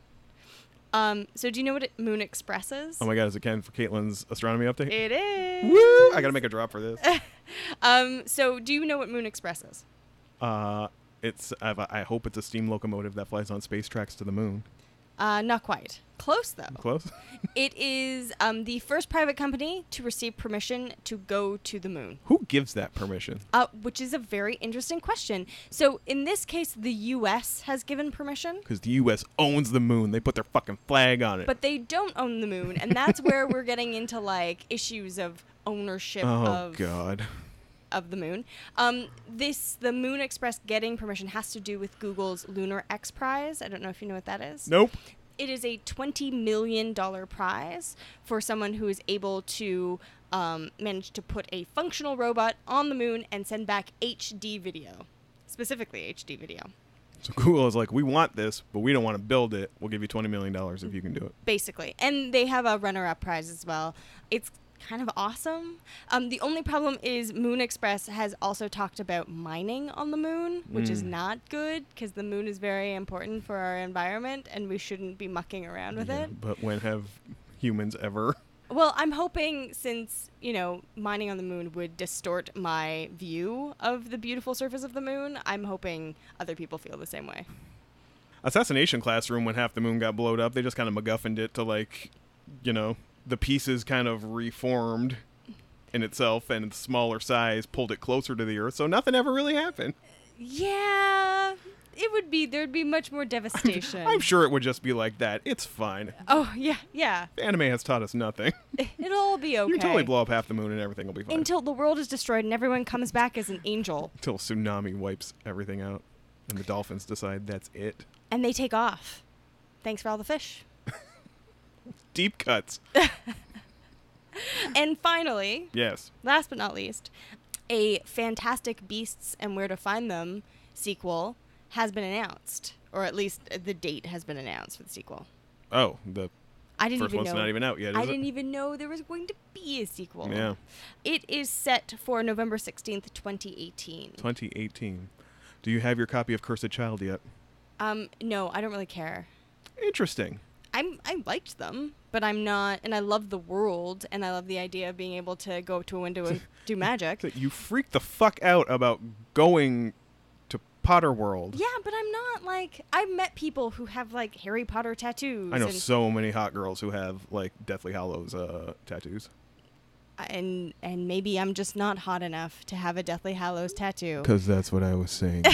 Um, so do you know what it, Moon Express is?
Oh my God, is it Ken for Caitlin's astronomy update?
it is.
Woo! I gotta make a drop for this.
Um, so do you know what Moon Express is?
Uh, it's I've, I hope it's a steam locomotive that flies on space tracks to the moon.
Uh, not quite. Close though.
Close.
Oh. It is um, the first private company to receive permission to go to the moon.
Who gives that permission?
Uh, which is a very interesting question. So, in this case, the U.S. has given permission,
Because the U.S. owns the moon. They put their fucking flag on it.
but they don't own the moon, and that's where we're getting into like issues of ownership
oh
of
God.
of the moon. Um, this the Moon Express getting permission has to do with Google's Lunar X Prize. I don't know if you know what that is.
Nope.
it is a $20 million prize for someone who is able to um, manage to put a functional robot on the moon and send back HD video, specifically HD video.
So Google is like, we want this, but we don't want to build it. We'll give you twenty million dollars if you can do it.
basically. And they have a runner up prize as well. It's kind of awesome. Um, the only problem is Moon Express has also talked about mining on the moon, which is
Mm.
not good because the moon is very important for our environment and we shouldn't be mucking around with
Yeah,
it.
But when have humans ever?
Well, I'm hoping since, you know, mining on the moon would distort my view of the beautiful surface of the moon, I'm hoping other people feel the same way.
assassination classroom when half the moon got blowed up they just kind of macguffined it to like you know the pieces kind of reformed in itself and its smaller size pulled it closer to the earth so nothing ever really happened
Yeah, it would be there'd be much more devastation.
i'm sure it would just be like that it's fine
Oh, yeah, yeah.
anime has taught us nothing
It'll all be okay.
you can totally blow up half the moon and everything will be fine
Until the world is destroyed and everyone comes back as an angel
until tsunami wipes everything out and the dolphins decide that's it
and they take off. Thanks for all the fish.
deep cuts
And finally,
yes
last but not least, a Fantastic Beasts and Where to Find Them sequel has been announced, or at least the date has been announced for the sequel.
oh the
I didn't
first
even
one's
know.
not even out yet is
I
it?
didn't e- even know there was going to be a sequel.
yeah
It is set for November 16th, 2018.
2018 do you have your copy of cursed child yet
Um no, I don't really care.
interesting
I'm I liked them, but I'm not, and I love the world, and I love the idea of being able to go to a window and do magic.
that you freak the fuck out about going to Potter World.
Yeah, but I'm not like I've met people who have like Harry Potter tattoos
I know
and,
so many hot girls who have like Deathly Hollows uh, tattoos.
and and maybe I'm just not hot enough to have a Deathly Oh. Hallows tattoo.
Because that's what I was saying.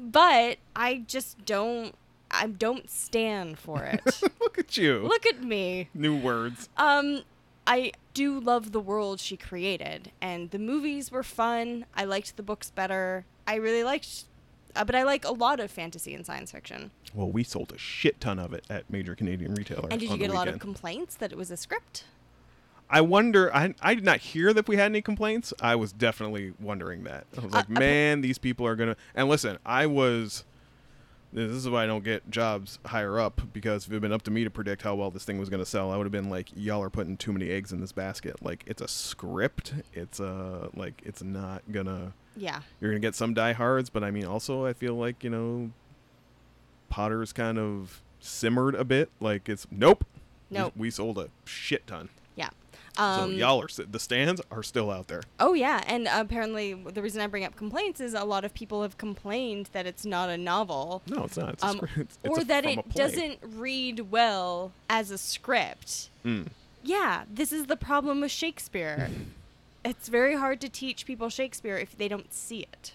But I just don't I don't stand for it.
Look at you.
Look at me.
New words.
Um, I do love the world she created, and the movies were fun. I liked the books better. I really liked, uh, but I like a lot of fantasy and science fiction.
Well, we sold a shit ton of it at major Canadian retailers.
And did you
on the
get a lot of
weekend.
complaints that it was a script?
I wonder. I, I did not hear that we had any complaints. I was definitely wondering that. I was like,
a po-
man, these people are gonna. And listen, I was. This is why I don't get jobs higher up because if it had been up to me to predict how well this thing was gonna sell, I would have been like, y'all are putting too many eggs in this basket. Like it's a script. It's a like it's not gonna.
Yeah.
You're gonna get some diehards, but I mean, also I feel like you know, Potter's kind of simmered a bit. Like it's nope. We-
Nope.
We, sold a shit ton.
Yeah.
So
Um,
y'all are the stands are still out there.
Oh yeah, and apparently the reason I bring up complaints is a lot of people have complained that it's not a novel,
No, it's not. It's
um, or that it doesn't read well as a script. Yeah, this is the problem with Shakespeare. it's very hard to teach people Shakespeare if they don't see it.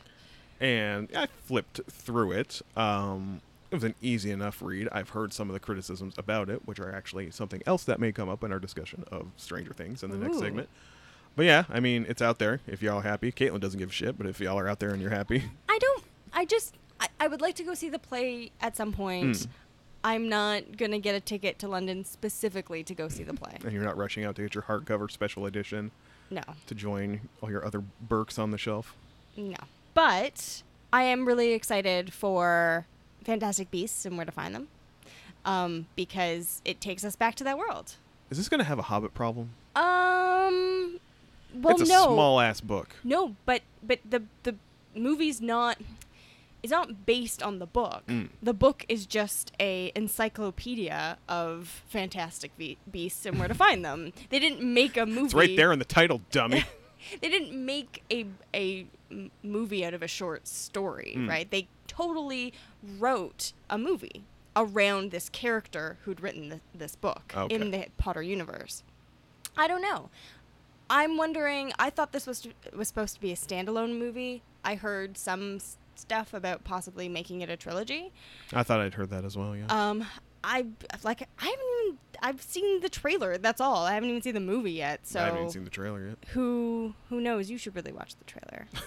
And I flipped through it. Um, it was an easy enough read. I've heard some of the criticisms about it, which are actually something else that may come up in our discussion of Stranger Things in the next
Ooh.
segment. But yeah, I mean, it's out there. If y'all are happy, Caitlin doesn't give a shit. But if y'all are out there and you're happy,
I don't. I just. I, I would like to go see the play at some point.
Mm.
I'm not gonna get a ticket to London specifically to go see the play.
and you're not rushing out to get your hardcover special edition
No.
to join all your other Burks on the shelf,
No. But I am really excited for Fantastic Beasts and where to find them um, because it takes us back to that world.
is this going to have a Hobbit problem?
Um, well,
it's a
no,
small ass book.
no, but but the the movie's not. It's not based on the book.
Mm.
The book is just a encyclopedia of fantastic be- beasts and where to find them. They didn't make a movie.
It's right there in the title, dummy.
they didn't make a a m- movie out of a short story,
Mm.
right? They totally wrote a movie around this character who'd written th- this book
Oh, Okay.
in the Potter universe. I don't know. I'm wondering. I thought this was was supposed to be a standalone movie. I heard some s- stuff about possibly making it a trilogy.
I thought I'd heard that as well. Yeah.
Um, I like I haven't even I've seen the trailer. That's all. I haven't even seen the movie yet. So
I haven't even seen the trailer yet.
who who knows you should really watch the trailer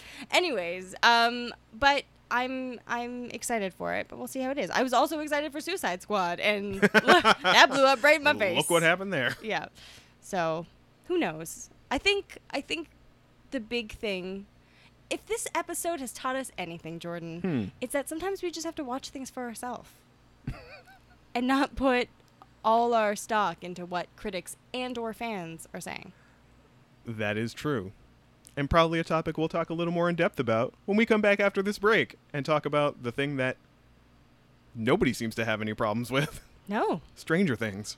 anyways um but i'm i'm excited for it but we'll see how it is i was also excited for suicide squad and look, that blew up right in my face
Look what happened there.
yeah so who knows i think i think the big thing if this episode has taught us anything jordan
Hmm.
it's that sometimes we just have to watch things for ourselves and not put all our stock into what critics and or fans are saying
That is true. And probably a topic we'll talk a little more in depth about when we come back after this break and talk about the thing that nobody seems to have any problems with
no
Stranger Things.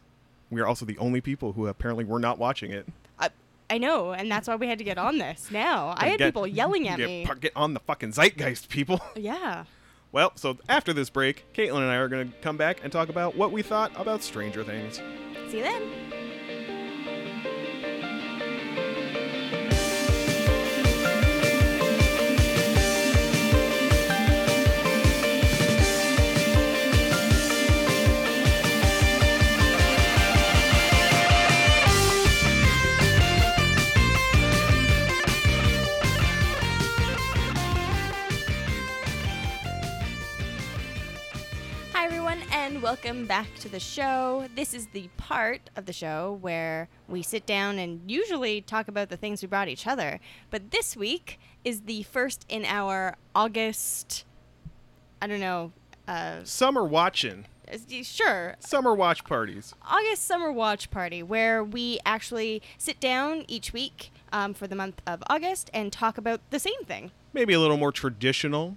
We are also the only people who apparently were not watching it.
I, I know, and that's why we had to get on this now. I had
Get-
people yelling at
get-
me.
Get on the fucking zeitgeist, people.
Yeah.
Well, so after this break, Caitlin and I are going to come back and talk about what we thought about Stranger Things.
See you then. Hi, everyone, and welcome back to the show. This is the part of the show where we sit down and usually talk about the things we brought each other. But this week is the first in our August, I don't know, uh,
Summer watching,
s- sure,
summer watch parties.
August Summer Watch Party, where we actually sit down each week um, for the month of August and talk about the same thing.
maybe a little more traditional.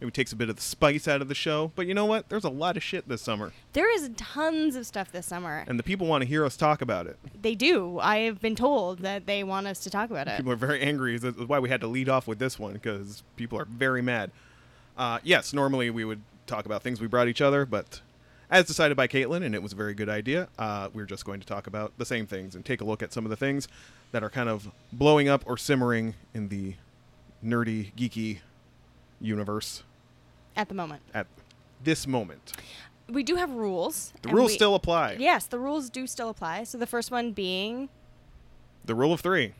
Maybe takes a bit of the spice out of the show. But you know what? There's a lot of shit this summer,
There is tons of stuff this summer.
and the people want to hear us talk about it.
They do. I have been told that they want us to talk about it.
People are very angry. That's why we had to lead off with this one because people are very mad. Uh, yes, normally we would talk about things we brought each other, but as decided by Caitlin, and it was a very good idea, uh, we're just going to talk about the same things and take a look at some of the things that are kind of blowing up or simmering in the nerdy, geeky universe
At the moment,
at this moment.
We do have rules.
The
and
rules
we-
still apply.
Yes, the rules do still apply. So the first one being
The rule of three.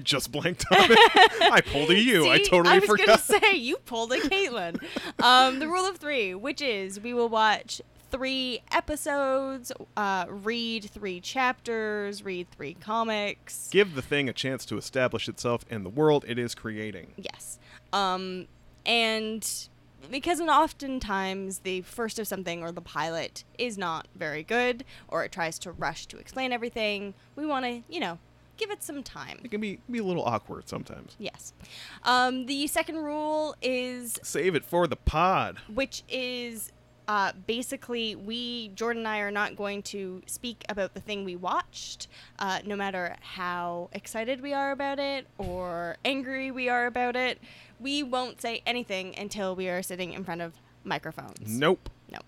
Just blanked on it. I pulled a you. I
See,
totally
I was
forgot.
gonna say you pulled a Caitlin. um, the rule of three, which is we will watch three episodes, uh, read three chapters, read three comics.
Give the thing a chance to establish itself in the world it is creating.
Yes. Um, and because and oftentimes the first of something or the pilot is not very good or it tries to rush to explain everything, we want to, you know, give it some time.
It can be, be a little awkward sometimes.
Yes. Um, the second rule is,
Save it for the pod.
which is uh, basically we, Jordan and I, are not going to speak about the thing we watched, uh, no matter how excited we are about it or angry we are about it. We won't say anything until we are sitting in front of microphones.
Nope.
No.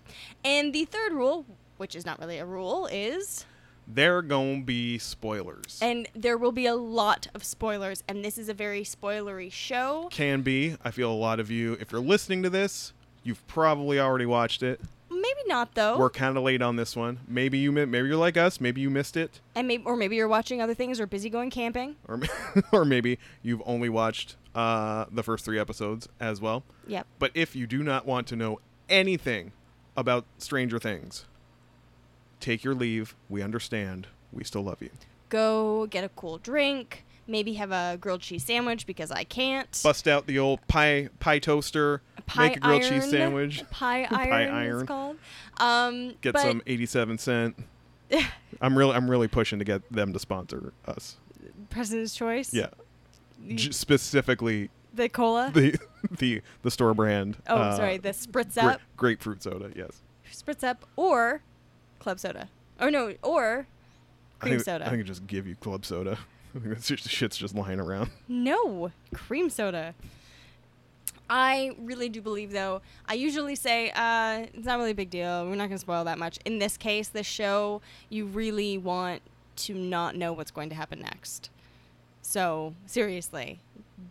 And the third rule, which is not really a rule, is.
There gonna be spoilers.
And there will be a lot of spoilers, and this is a very spoilery show.
can be. I feel a lot of you, if you're listening to this, you've probably already watched it.
Maybe not though.
We're kind of late on this one. Maybe you mi- maybe you're like us. Maybe you missed it,
And maybe or maybe you're watching other things or busy going camping.
or m- or maybe you've only watched uh, the first three episodes as well.
Yep.
But if you do not want to know anything about Stranger Things, take your leave. We understand. We still love you.
Go get a cool drink. Maybe have a grilled cheese sandwich because I can't.
Bust out the old pie pie toaster.
pie
make a grilled
iron,
cheese sandwich.
Pie iron.
Pie iron.
It's called. Um,
Get
but
some eighty-seven cent. I'm really I'm really pushing to get them to sponsor us.
President's Choice.
Yeah,
You-
J- specifically
the cola.
the the the store brand.
Uh. oh,
uh,
sorry. The spritz
gra-
up.
grapefruit soda. Yes,
Spritz up or club soda. Oh no, or
I
cream
think,
soda.
I think I just give you club soda. I think that's just shit's just lying around.
No, cream soda. I really do believe, though. I usually say uh, it's not really a big deal. We're not going to spoil that much. In this case, this show, you really want to not know what's going to happen next. So seriously,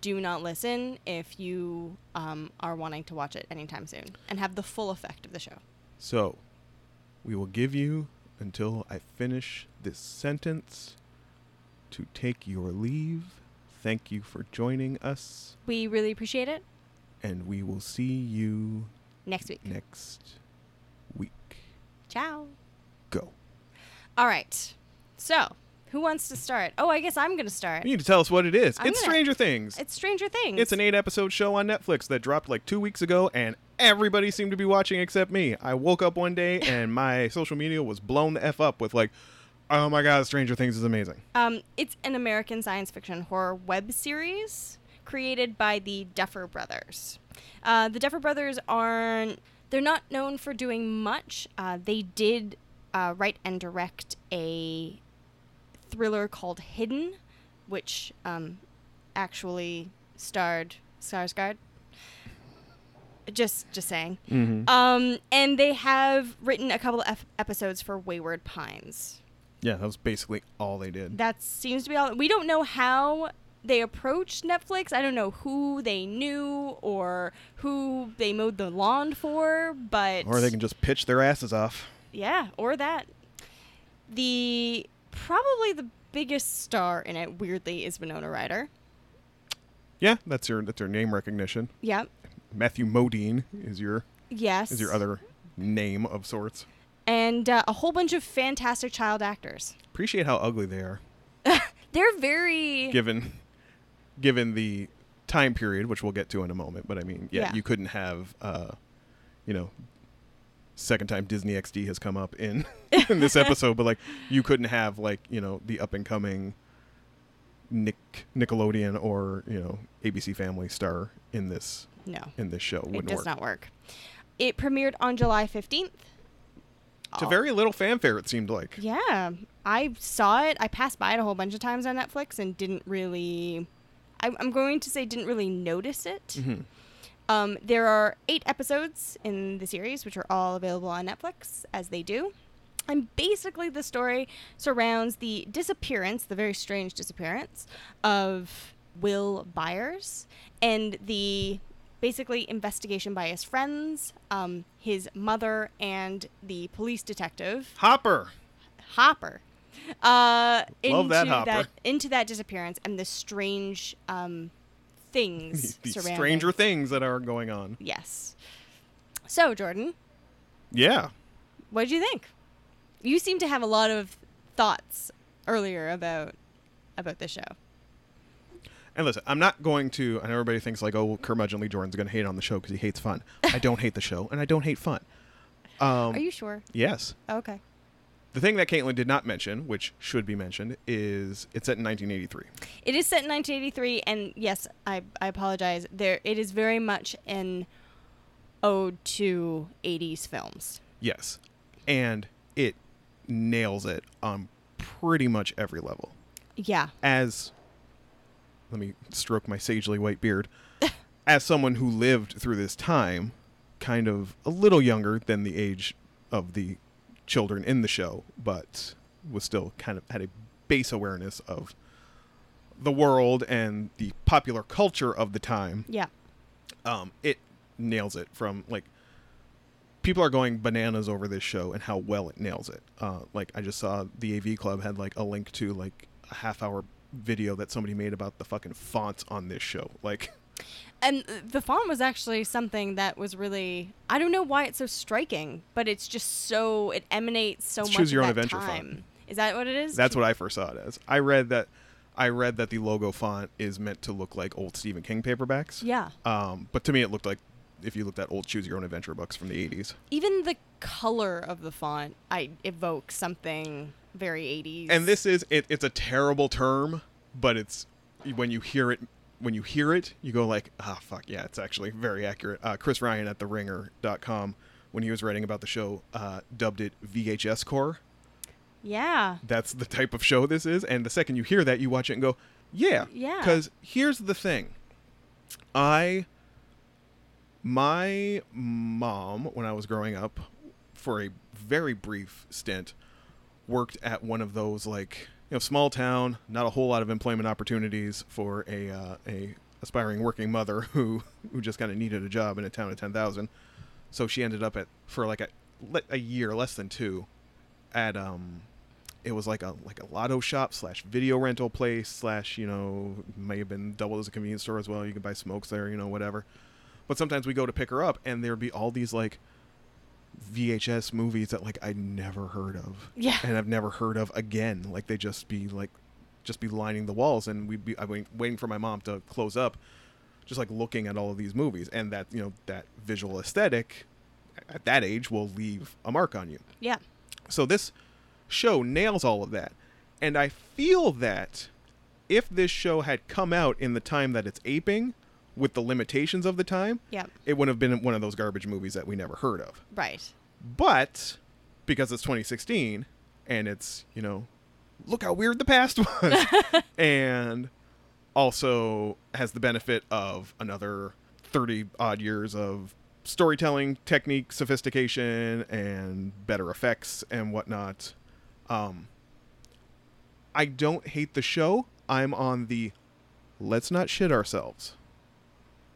do not listen if you um, are wanting to watch it anytime soon and have the full effect of the show.
So, we will give you until I finish this sentence to take your leave. Thank you for joining us,
We really appreciate it.
and we will see you
Next week.
next week.
Ciao.
Go.
All right. So, who wants to start? Oh, I guess I'm going to start.
You need to tell us what it is.
I'm
it's
gonna-
Stranger Things.
It's Stranger Things.
It's an eight episode show on Netflix that dropped like two weeks ago, and everybody seemed to be watching except me. I woke up one day and my social media was blown the F up with, like, oh my God, Stranger Things is amazing.
Um, it's an American science fiction horror web series created by the Duffer Brothers. Uh, the Duffer Brothers aren't, they're not known for doing much. Uh, they did uh, write and direct a thriller called Hidden, which um, actually starred Skarsgård. Just, just saying. Um, and they have written a couple of ep- episodes for Wayward Pines.
Yeah, that was basically all they did.
That seems to be all. We don't know how they approached Netflix. I don't know who they knew or who they mowed the lawn for, but
Or they can just pitch their asses off.
yeah, or that. The probably the biggest star in it, weirdly, is Winona Ryder.
Yeah, that's your that's your name recognition.
Yeah.
Matthew Modine is your
Yes.
is your other name of sorts.
and uh, a whole bunch of fantastic child actors.
Appreciate how ugly they are,
They're very
given given the time period, which we'll get to in a moment. But I mean, yeah,
Yeah.
you couldn't have, uh, you know, second time Disney XD has come up in in this episode, but like you couldn't have like you know the up and coming Nick Nickelodeon or you know ABC Family star in this
no.
in this show. Wouldn't
it does
work.
not work. It premiered on July fifteenth.
to very little fanfare it seemed like
Yeah, I saw it. I passed by it a whole bunch of times on Netflix and didn't really. I, I'm going to say didn't really notice it.
Mm-hmm.
Um, there are eight episodes in the series, which are all available on Netflix as they do. And basically, the story surrounds the disappearance, the very strange disappearance, of Will Byers and the basically investigation by his friends, um, his mother, and the police detective
Hopper.
Hopper. Uh,
Love
into
that Hopper.
into that disappearance and the strange um, things
The
surrounding.
stranger things that are going on.
Yes. So Jordan,
Yeah.
what did you think? You seem to have a lot of thoughts earlier about about the show.
And listen, I'm not going to. And everybody thinks like, oh, curmudgeonly Jordan's going to hate on the show because he hates fun. I don't hate the show, and I don't hate fun. Um,
Are you sure?
yes.
Okay.
The thing that Caitlin did not mention, which should be mentioned, is it's set in 1983.
It is set in 1983, and yes, I, I apologize. There, it is very much an ode to 80s films.
Yes, and it nails it on pretty much every level.
Yeah,
As let me stroke my sagely white beard, as someone who lived through this time, kind of a little younger than the age of the children in the show, but was still kind of had a base awareness of the world and the popular culture of the time.
yeah,
um, it nails it from like people are going bananas over this show and how well it nails it. Uh, like I just saw the AV Club had like a link to like a half hour video that somebody made about the fucking fonts on this show. Like
and uh, the font was actually something that was really I don't know why it's so striking, but it's just so it emanates so
It's
much.
Choose
of
Your Own
that
Adventure font.
time. Is that what it is?
that's what I first saw it as. I read that I read that the logo font is meant to look like old Stephen King paperbacks.
Yeah.
Um, but to me it looked like if you looked at old choose your own adventure books from the 80s.
Even the color of the font, I evoke something very 80s.
and this is it, it's a terrible term but it's when you hear it when you hear it you go like ah fuck yeah it's actually very accurate uh, chris ryan at theringer.com when he was writing about the show uh, dubbed it vhs core
yeah,
that's the type of show this is and the second you hear that you watch it and go yeah
Yeah.
because here's the thing i my mom when i was growing up for a very brief stint worked at one of those like you know small town not a whole lot of employment opportunities for a uh, a aspiring working mother who who just kind of needed a job in a town of 10,000 so she ended up at for like a le- a year less than 2 at um it was like a like a lotto shop slash video rental place slash you know may have been doubled as a convenience store as well you can buy smokes there you know whatever but sometimes we go to pick her up and there'd be all these like VHS movies that like I'd never heard of
Yeah.
and I've never heard of again like they just be like just be lining the walls and we'd be I'd be waiting for my mom to close up just like looking at all of these movies and that you know that visual aesthetic at that age will leave a mark on you
yeah,
so this show nails all of that. And I feel that if this show had come out in the time that it's aping, with the limitations of the time,
yeah,
it would have been one of those garbage movies that we never heard of.
right.
But because it's 2016 and it's, you know, look how weird the past was. and also has the benefit of another 30 odd years of storytelling technique, sophistication, and better effects and whatnot. Um, I don't hate the show. I'm on the let's not shit ourselves.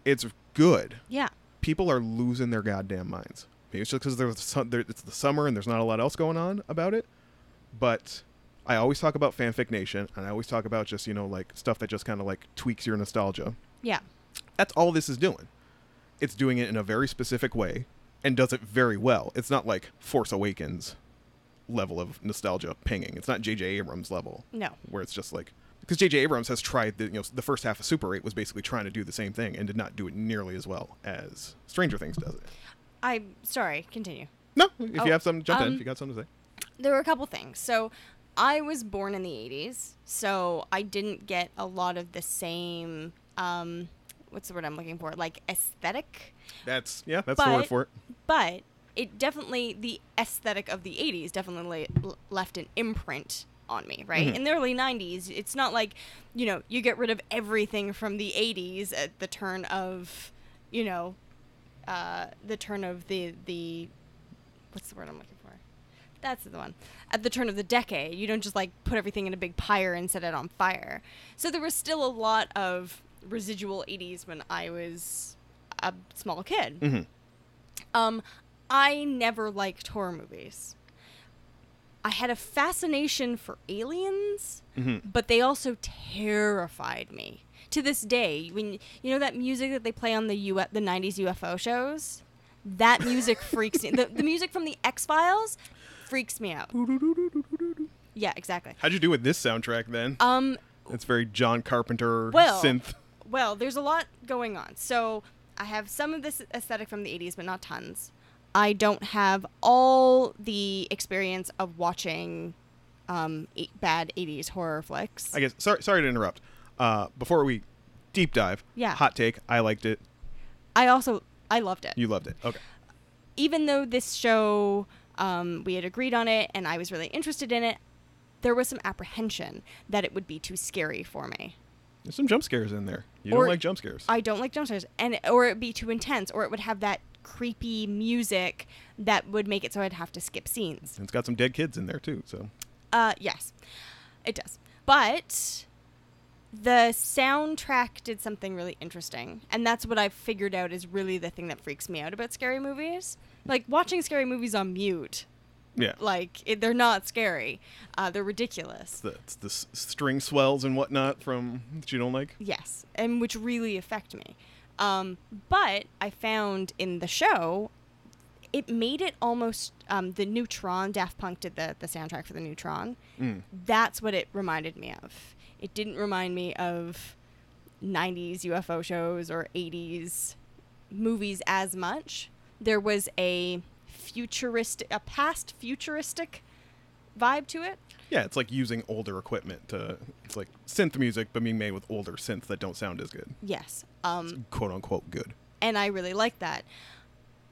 It's good
Yeah,
people are losing their goddamn minds. Maybe it's just because there's su- there, it's the summer and there's not a lot else going on about it. But I always talk about fanfic nation, and I always talk about just you know like stuff that just kind of like tweaks your nostalgia.
yeah,
That's all this is doing. It's doing it in a very specific way and does it very well. It's not like Force Awakens level of nostalgia pinging. It's not J.J. Abrams level
no,
where it's just like because J.J. Abrams has tried the you know the first half of Super Eight was basically trying to do the same thing and did not do it nearly as well as Stranger Things does it.
I'm sorry. Continue.
No, if
Oh,
you have something, jump in.
um,
If you got something to say,
There were a couple things. So, I was born in the '80s, so I didn't get a lot of the same. Um, what's the word I'm looking for? Like aesthetic,
that's yeah, that's the
but-
word for it.
but it definitely the aesthetic of the '80s definitely l- left an imprint on me. Right in the early '90s, it's not like you know you get rid of everything from the '80s at the turn of, you know, uh, the turn of the the what's the word I'm looking for? That's the one. At the turn of the decade, you don't just like put everything in a big pyre and set it on fire. So there was still a lot of residual 80s when I was a small kid.
Mhm.
Um, I never liked horror movies. I had a fascination for aliens, but they also terrified me. To this day, when you know that music that they play on the U- the '90s UFO shows, that music freaks me. The, the music from the X Files freaks me out. Yeah, exactly.
How'd you do with this soundtrack then?
Um,
It's very John Carpenter
Well-
synth.
well, there's a lot going on. So I have some of this aesthetic from the 80s, but not tons. I don't have all the experience of watching um, eight bad 80s horror flicks.
I guess. Sorry, sorry to interrupt. Uh, before we deep dive,
Yeah.
Hot take. I liked it.
I also I loved it.
You loved it. Okay.
Even though this show um, we had agreed on it and I was really interested in it, there was some apprehension that it would be too scary for me.
There's some jump scares in there. You
Or-
don't like jump scares.
I don't like jump scares, and or it'd be too intense, or it would have that creepy music that would make it so I'd have to skip scenes.
And it's got some dead kids in there too. So
Uh, yes, it does. But the soundtrack did something really interesting, and that's what I've figured out is really the thing that freaks me out about scary movies. Like watching scary movies on mute,
yeah,
like it, they're not scary, uh, they're ridiculous.
the, it's the s- string swells and whatnot from that you don't like.
Yes, and which really affect me. Um, but I found in the show, it made it almost um, the Neutron. Daft Punk did the the soundtrack for the Neutron.
Mm.
That's what it reminded me of. It didn't remind me of 90s UFO shows or 80s movies as much. There was a futuristic, a past futuristic vibe to it.
Yeah, it's like using older equipment to. It's like synth music, but being made with older synths that don't sound as good,
Yes. Um,
quote unquote good.
and I really like that.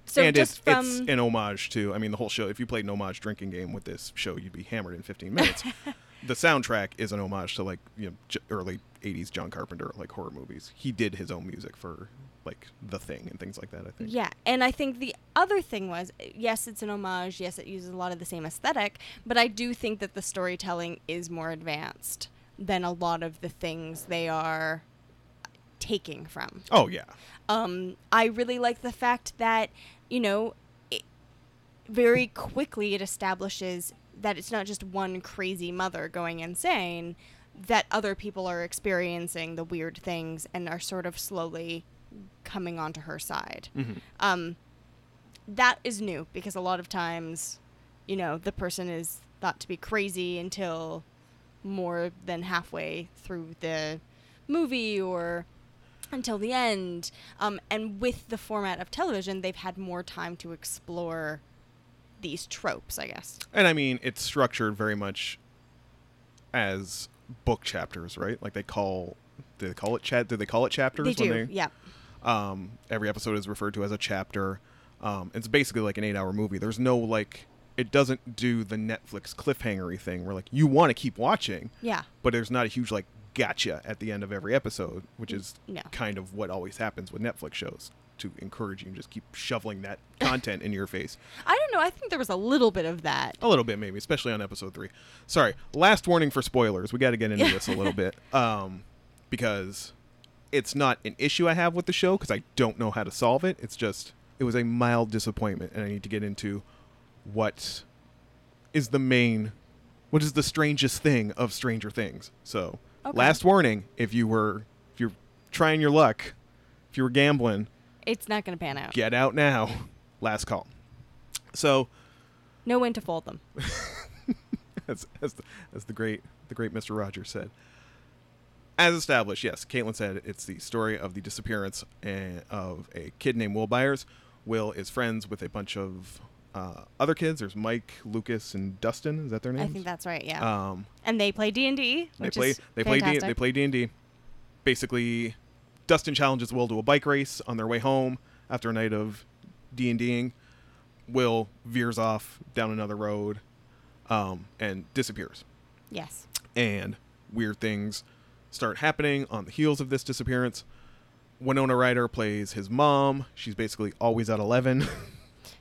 So
and it's
just from
it's an homage to. I mean, the whole show. If you played an homage drinking game with this show, you'd be hammered in 15 minutes. the soundtrack is an homage to like you know j- early 80s John Carpenter like horror movies. He did his own music for like The Thing and things like that. I think.
yeah, and I think the other thing was yes, it's an homage. Yes, it uses a lot of the same aesthetic, but I do think that the storytelling is more advanced than a lot of the things they are taking from.
Oh yeah.
Um, I really like the fact that you know, it, very quickly it establishes that it's not just one crazy mother going insane. That other people are experiencing the weird things and are sort of slowly coming onto her side
Mm-hmm.
um, that is new because a lot of times, you know, the person is thought to be crazy until more than halfway through the movie or until the end. Um, and with the format of television, they've had more time to explore these tropes, I guess.
And I mean, it's structured very much as book chapters, right? Like they call do they call it chat? Do they call it chapters?
They do,
when they,
yeah.
Um, every episode is referred to as a chapter. Um, it's basically like an eight-hour movie. There's no like, it doesn't do the Netflix cliffhangery thing where like you want to keep watching,
Yeah.
but there's not a huge like gotcha at the end of every episode, which is
No.
kind of what always happens with Netflix shows to encourage you and just keep shoveling that content in your face.
I don't know. I think there was a little bit of that.
A little bit, maybe, especially on episode three. Sorry, last warning for spoilers. We got to get into this a little bit um, because it's not an issue I have with the show because I don't know how to solve it. It's just it was a mild disappointment, and I need to get into what is the main, what is the strangest thing of Stranger Things. So,
Okay.
last warning: if you were if you're trying your luck, if you were gambling,
It's not going to pan out.
get out now. Last call. So.
Know when to fold them.
as, as, the, as the great the great Mr. Rogers said. As established, yes, Caitlin said it's the story of the disappearance eh, of a kid named Will Byers. Will is friends with a bunch of uh, other kids. There's Mike, Lucas, and Dustin. Is that their
I
names?
think that's right. Yeah.
Um,
and they play D and D.
they play they play D, they play D and D. Basically, Dustin challenges Will to a bike race on their way home after a night of D and Ding. Will veers off down another road um, and disappears
Yes.
and weird things start happening on the heels of this disappearance. Winona Ryder plays his mom. She's basically always at 11.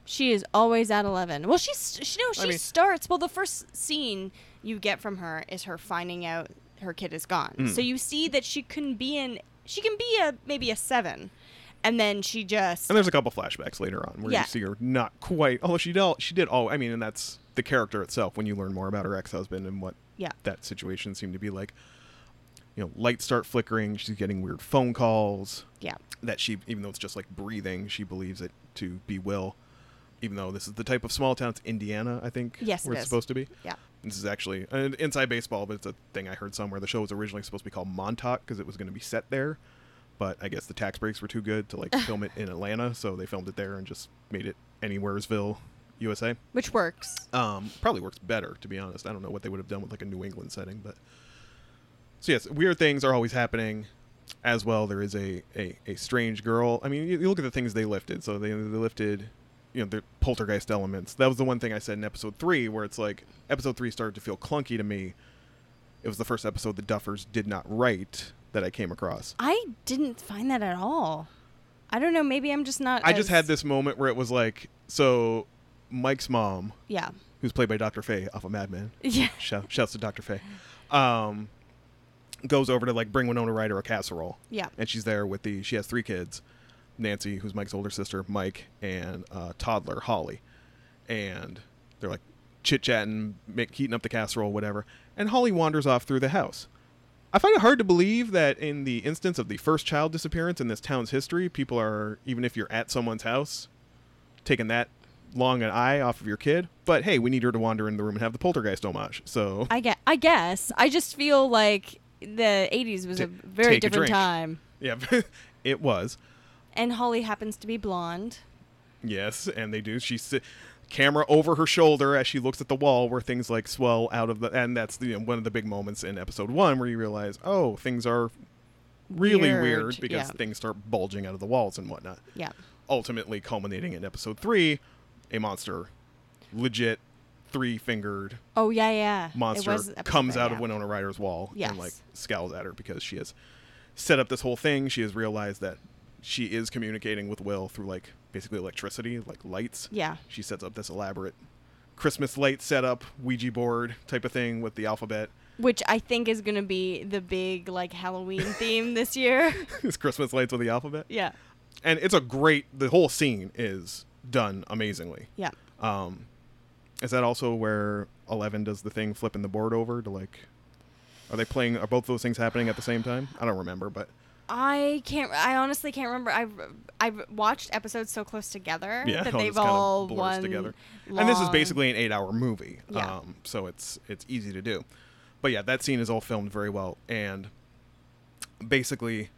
She is always at eleven. Well, she's she no she
I mean-
starts. Well, the first scene you get from her is her finding out
Hmm.
her kid is gone. So you see that she can be in she can be a maybe a seven, and then she just
And there's a couple flashbacks later on where
Yeah.
you see her not quite. Although she did, she did all. I mean, and that's the character itself. When you learn more about her ex-husband and what
yeah
that situation seemed to be like, you know, lights start flickering. She's getting weird phone calls
yeah
that she, even though it's just like breathing, she believes it to be Will. Even though this is the type of small town, it's Indiana, I think.
Yes,
where
it
it's
is.
supposed to be.
yeah
This is actually an inside baseball, but it's a thing I heard somewhere. The show was originally supposed to be called Montauk because it was going to be set there, but I guess the tax breaks were too good to like film it in Atlanta, so they filmed it there and just made it anywheresville, USA.
which works
Um, probably works better to be honest. I don't know what they would have done with like a New England setting, but so yes, weird things are always happening. As well, there is a a, a strange girl. I mean, you, you look at the things they lifted. So they, they lifted, you know, the poltergeist elements. That was the one thing I said in episode three, where it's like episode three started to feel clunky to me. It was the first episode the Duffers did not write that I came across.
I didn't find that at all I don't know maybe I'm just not
I just
as-
had this moment where it was like, so Mike's mom,
yeah
who's played by Dr. Faye off of Mad Men,
yeah
Shout, shouts to Dr. Faye. Um, goes over to like bring Winona Ryder a casserole,
yeah
and she's there with the. She has three kids: Nancy, who's Mike's older sister, Mike, and uh, toddler Holly. And they're like chit chatting, heating up the casserole, whatever. And Holly wanders off through the house. I find it hard to believe that in the instance of the first child disappearance in this town's history, people are even if you're at someone's house, taking that long an eye off of your kid. But hey, we need her to wander in the room and have the poltergeist homage. So
I get I guess I just feel like the 80s was a
Ta-
very
take a
different
drink.
time
yeah, it was.
and Holly happens to be blonde
Yes, and they do. She sit camera over her shoulder as she looks at the wall where things like swell out of the and that's you know, one of the big moments in episode 1 where you realize, "Oh, things are really
Weird,
weird, because
yeah.
things start bulging out of the walls and whatnot."
yeah
ultimately culminating in episode three, a monster, legit three fingered
oh yeah yeah It
monster
was episode
comes
three,
out
yeah.
of Winona Ryder's wall
Yes.
and like scowls at her because she has set up this whole thing. She has realized that she is communicating with Will through like basically electricity, like lights.
yeah
She sets up this elaborate Christmas light setup, Ouija board type of thing with the alphabet.
which I think is gonna be the big like Halloween theme this year
it's Christmas lights with the alphabet.
yeah
And it's a great the whole scene is done amazingly.
yeah
Um, is that also where Eleven does the thing flipping the board over to like? Are they playing? Are both those things happening at the same time? I don't remember, but
I can't. I honestly can't remember. I've I've watched episodes so close together
yeah,
that
all
they've
this kinda
all
blurs
one
together. And this is
long-
basically an eight-hour movie,
Yeah.
um, so it's it's easy to do. But yeah, that scene is all filmed very well, and basically,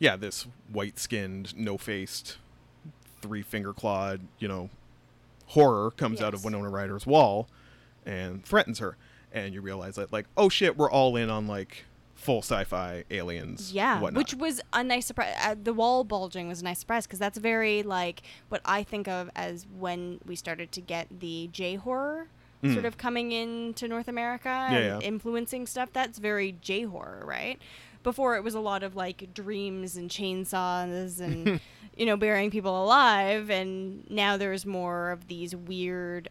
yeah, this white-skinned, no-faced, three-finger-clawed, you know, horror comes out
Yes.
of Winona Ryder's wall and threatens her. And you realize that, like, oh shit, we're all in on like full sci-fi aliens,
yeah,
whatnot.
which was a nice surprise. Uh, the wall bulging was a nice surprise because that's very like what I think of as when we started to get the J horror sort
Mm.
of coming into North America
Yeah,
and
yeah.
influencing stuff. That's very J horror, right? Before it was a lot of like dreams and chainsaws and you know burying people alive, and now there's more of these weird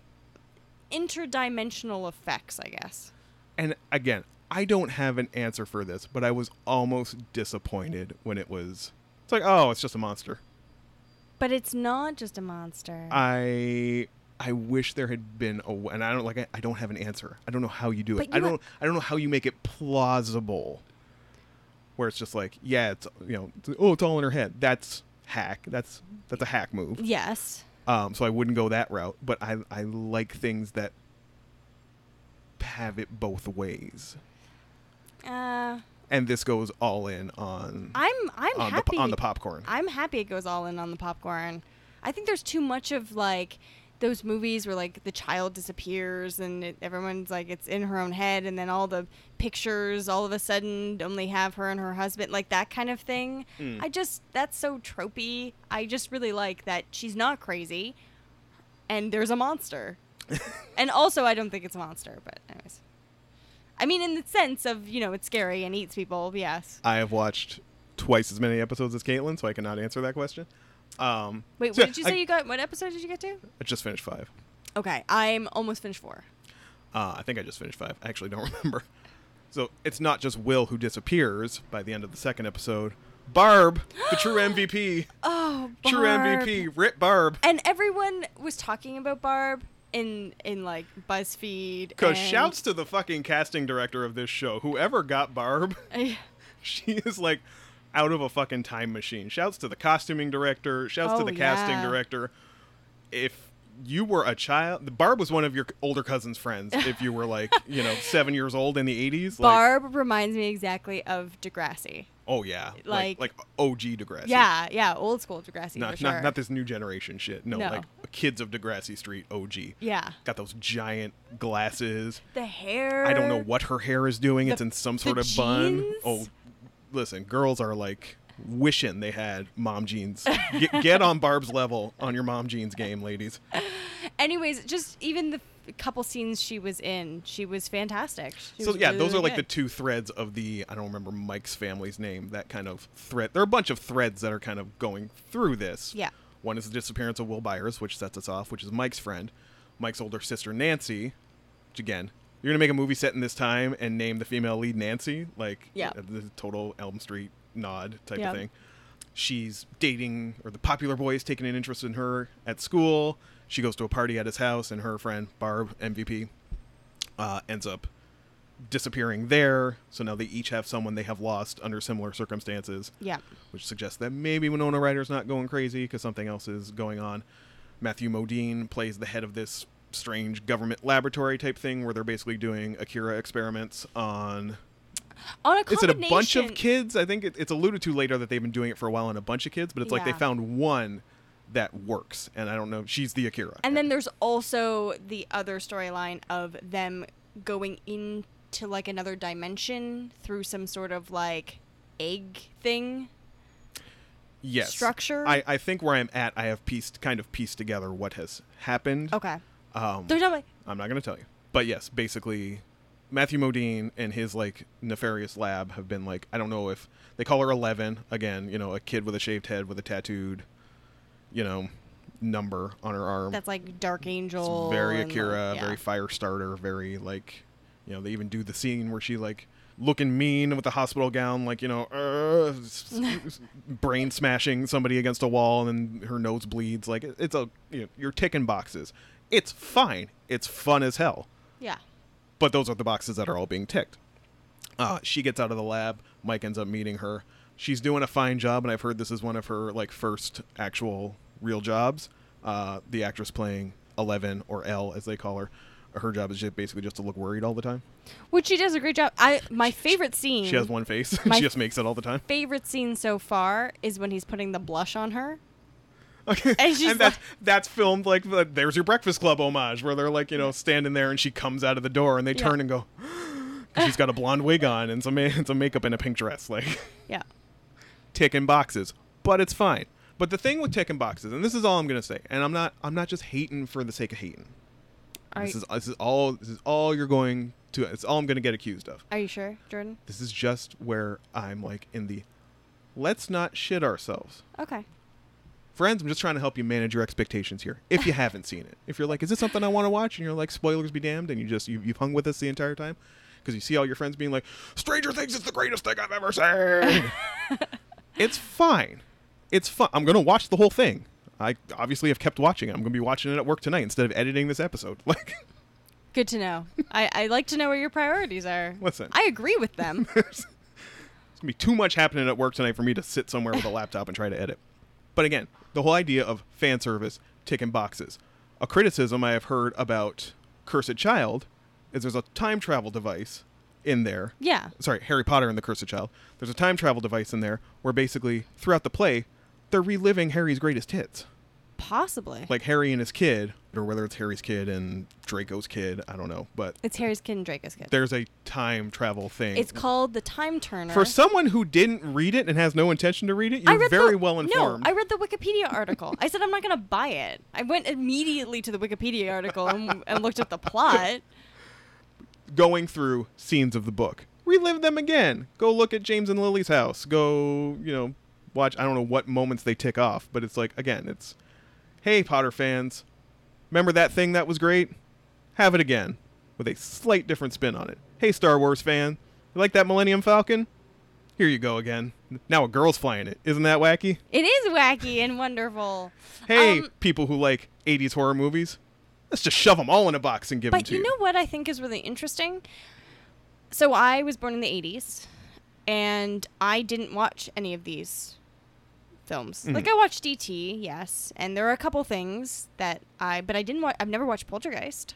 interdimensional effects, I guess.
and again, I don't have an answer for this, but I was almost disappointed when it was. It's like, oh, it's just a monster.
But it's not just a monster.
Uh, I I wish there had been a, w- and I don't like. I, I don't have an answer. I don't know how you do it.
But
I
you ha-
don't. I don't know how you make it plausible. Where it's just like, yeah, it's you know, it's- oh, it's all in her head. That's hack. That's that's a hack move.
yes.
Um, so I wouldn't go that route, but I I like things that have it both ways.
Uh,
And this goes all in on
I'm I'm
on the,
happy
po- on the popcorn.
I'm happy it goes all in on the popcorn. I think there's too much of like those movies where like the child disappears and it, everyone's like it's in her own head and then all the pictures all of a sudden only have her and her husband like that kind of thing.
Mm.
I just that's so tropey. I just really like that she's not crazy and there's a monster. and also I don't think it's a monster, but anyways. I mean in the sense of, you know, it's scary and eats people, yes.
I have watched twice as many episodes as Caitlin, so I cannot answer that question. Um,
Wait, what
so
did you
I-
say you got? What episode did you get to?
I just finished five.
Okay, I'm almost finished four.
Uh, I think I just finished five. I actually don't remember. So it's not just Will who disappears by the end of the second episode. Barb, the true MVP,
Oh, Barb.
true MVP, Rip Barb.
And everyone was talking about Barb in in like BuzzFeed.
Cause
and-
shouts to the fucking casting director of this show. Whoever got Barb,
I-
she is like out of a fucking time machine. Shouts to the costuming director. Shouts to
Oh,
the casting
yeah.
director. If you were a child, Barb was one of your older cousin's friends. If you were like, you know, seven years old in the '80s, like,
Barb reminds me exactly of Degrassi.
oh yeah,
like-
like OG Degrassi.
Yeah, yeah, old school Degrassi
not,
for sure.
not not this new generation shit. No,
No.
like kids of Degrassi Street, OG.
yeah,
Got those giant glasses.
the hair.
I don't know what her hair is doing. it's
The-
in some
the
sort of bun.
jeans?
Oh, listen, girls are like wishing they had mom jeans. Get, get on Barb's level on your mom jeans game, ladies.
Anyways, just even the couple scenes she was in, she was fantastic. She
so
was
yeah,
really,
those are
really
like the
good.
two threads of the I don't remember Mike's family's name. That kind of thread. There are a bunch of threads that are kind of going through this.
Yeah.
One is the disappearance of Will Byers, which sets us off, which is Mike's friend, Mike's older sister Nancy. Which again, you're gonna make a movie set in this time and name the female lead Nancy, like
Yeah.
uh, the total Elm Street nod type
Yeah.
of thing. She's dating, or the popular boy is taking an interest in her at school. She goes to a party at his house, and her friend Barb MVP uh, ends up disappearing there. So now they each have someone they have lost under similar circumstances,
yeah.
which suggests that maybe Winona Ryder's not going crazy because something else is going on. Matthew Modine plays the head of this strange government laboratory type thing where they're basically doing Akira experiments on.
On a
Is it a bunch of
combination-
kids? I think it, it's alluded to later that they've been doing it for a while on a bunch of kids, but it's like they
Yeah.
found one that works, and I don't know. She's the Akira.
And then there's also the other storyline of them going into like another dimension through some sort of like egg thing.
yes.
structure?
I, I think where I'm at, I have pieced kind of pieced together what has happened.
Okay.
Um,
There's not like
I'm not going to tell you. But yes, basically, Matthew Modine and his like nefarious lab have been like I don't know if they call her Eleven again. You know, a kid with a shaved head with a tattooed, you know, number on her arm.
that's like Dark
It's
Angel.
very
and, like,
Akira,
yeah.
very Firestarter, very like, you know, they even do the scene where she like looking mean with the hospital gown, like you know, uh, s- s- brain smashing somebody against a wall, and then her nose bleeds. Like it- it's a you know, you're ticking boxes. It's fine. It's fun as hell.
Yeah.
But those are the boxes that are all being ticked. Uh, she gets out of the lab. Mike ends up meeting her. She's doing a fine job, and I've heard this is one of her like first actual real jobs. Uh, the actress playing Eleven or L as they call her, her job is just basically just to look worried all the time.
Which she does a great job. I my favorite scene.
She has one face.
Mm. My-
she just makes it all the time.
Favorite scene so far is when he's putting the blush on her.
Okay.
And she's
that's
like-
that's filmed like the, there's your Breakfast Club homage where they're like you know standing there and she comes out of the door and they
Yeah.
turn and go. 'cause she's got a blonde wig on and some ma- some makeup and a pink dress like.
Yeah.
ticking boxes, but it's fine. But the thing with ticking boxes, and this is all I'm gonna say, and I'm not I'm not just hating for the sake of hating.
Are,
This is this is all this is all you're going to. It's all I'm gonna get accused of.
are you sure, Jordan?
This is just where I'm like in the, let's not shit ourselves.
Okay.
Friends, I'm just trying to help you manage your expectations here. If you haven't seen it, if you're like, is this something I want to watch? And you're like, spoilers be damned, and you just you, you've hung with us the entire time because you see all your friends being like, Stranger Things is the greatest thing I've ever seen. it's fine. It's fun. I'm gonna watch the whole thing. I obviously have kept watching it. I'm gonna be watching it at work tonight instead of editing this episode. Like,
Good to know. I, I like to know where your priorities are.
Listen.
I agree with them.
there's it's gonna be too much happening at work tonight for me to sit somewhere with a laptop and try to edit. But again, the whole idea of fan service ticking boxes. A criticism I have heard about Cursed Child is there's a time travel device in there.
yeah.
Sorry, Harry Potter and the Cursed Child. There's a time travel device in there where basically throughout the play, they're reliving Harry's greatest hits.
Possibly.
Like Harry and his kid, or whether it's Harry's kid and Draco's kid, I don't know. But
It's Harry's kid and Draco's kid.
there's a time travel thing.
It's called the Time Turner.
For someone who didn't read it and has no intention to read it, you're very
the,
well informed.
No, I read the Wikipedia article. I said I'm not going to buy it. I went immediately to the Wikipedia article and, and looked up the plot.
Going through scenes of the book, relive them again. Go look at James and Lily's house. Go, you know, watch. I don't know what moments they tick off, but it's like again, it's hey Potter fans, remember that thing that was great? Have it again with a slight different spin on it. Hey Star Wars fan, you like that Millennium Falcon? Here you go again. Now a girl's flying it. Isn't that wacky?
It is wacky and wonderful.
Hey,
Um,
people who like 80s horror movies, let's just shove them all in a box and give them
But
to
you know what I think is really interesting? So I was born in the 80s and I didn't watch any of these films. Like I watched DT, yes, and there are a couple things that I but I didn't watch I've never watched Poltergeist.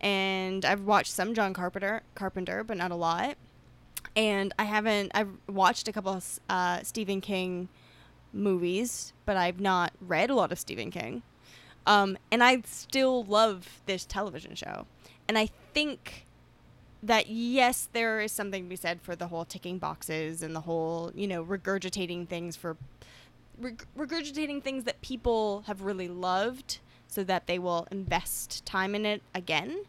And I've watched some John Carpenter Carpenter, but not a lot. And I haven't I've watched a couple of uh, Stephen King movies, but I've not read a lot of Stephen King. Um, and I still love this television show. And I think that, yes, there is something to be said for the whole ticking boxes and the whole, you know, regurgitating things for reg- regurgitating things that people have really loved so that they will invest time in it again.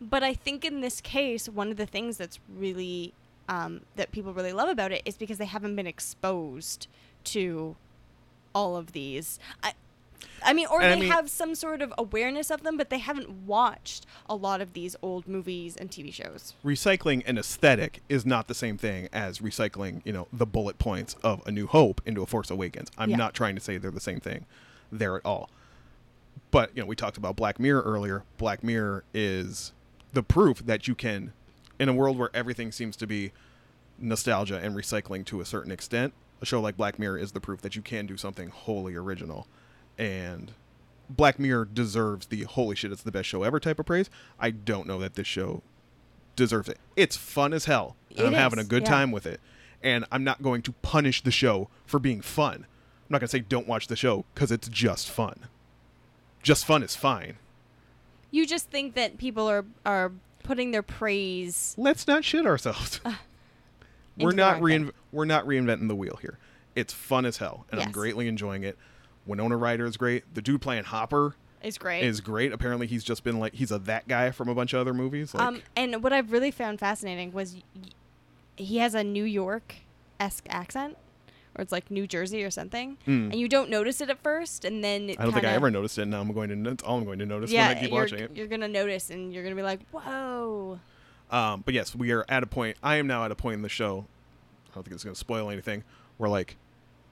But I think in this case, one of the things that's really um, that people really love about it is because they haven't been exposed to all of these. I, I mean, or
And I
they
mean-
have some sort of awareness of them, but they haven't watched a lot of these old movies and TV shows.
recycling an aesthetic is not the same thing as recycling, you know, the bullet points of A New Hope into A Force Awakens. I'm
Yeah.
not trying to say they're the same thing there at all. But, you know, we talked about Black Mirror earlier. Black Mirror is the proof that you can, in a world where everything seems to be nostalgia and recycling to a certain extent, a show like Black Mirror is the proof that you can do something wholly original. And Black Mirror deserves the holy shit, it's the best show ever type of praise. I don't know that this show deserves it. It's fun as hell. And
It
I'm having a
is,
good
yeah.
time with it. And I'm not going to punish the show for being fun. I'm not going to say don't watch the show because it's just fun. Just fun is fine.
You just think that people are are putting their praise.
Let's not shit ourselves.
into
we're
the
not
wrong thing.
reinv- we're not reinventing the wheel here. It's fun as hell, and I'm
Yes.
greatly enjoying it. Winona Ryder is great. The dude playing Hopper
Is great.
is great. Apparently, he's just been like he's a that guy from a bunch of other movies. Like,
um, and what I've really found fascinating was y- y- he has a New York esque accent, or it's like New Jersey or something, and you don't notice it at first, and then it
Hmm. I don't think I
kinda-
ever noticed it. and Now I'm going to. That's all I'm going to notice when I keep
you're,
watching it.
you're gonna notice, and you're gonna be like, "Whoa!"
Um, but yes, we are at a point. I am now at a point in the show. I don't think it's going to spoil anything. Where like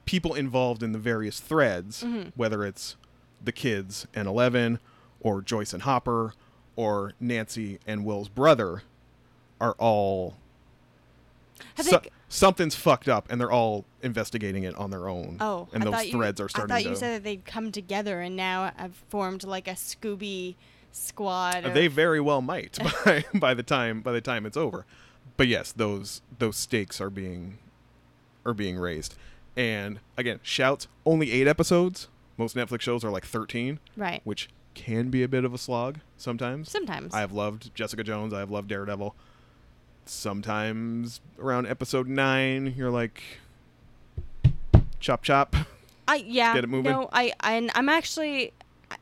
people involved in the various threads,
Mm-hmm.
whether it's the kids and Eleven, or Joyce and Hopper, or Nancy and Will's brother, are all
Have
so-
they,
something's fucked up, and they're all investigating it on their own.
oh,
and
I
those
thought
threads
you,
are starting
I thought
to.
you said that they'd come together, and now I've formed like a Scooby squad. Or,
Uh, they very well might by by the time by the time it's over. But yes, those those stakes are being are being raised. And again, shouts only eight episodes. Most Netflix shows are like thirteen,
right?
which can be a bit of a slog sometimes.
Sometimes
I've loved Jessica Jones. I've loved Daredevil. Sometimes around episode nine, you're like, chop chop.
I yeah.
Get it moving?
No, I, I and I'm actually, I-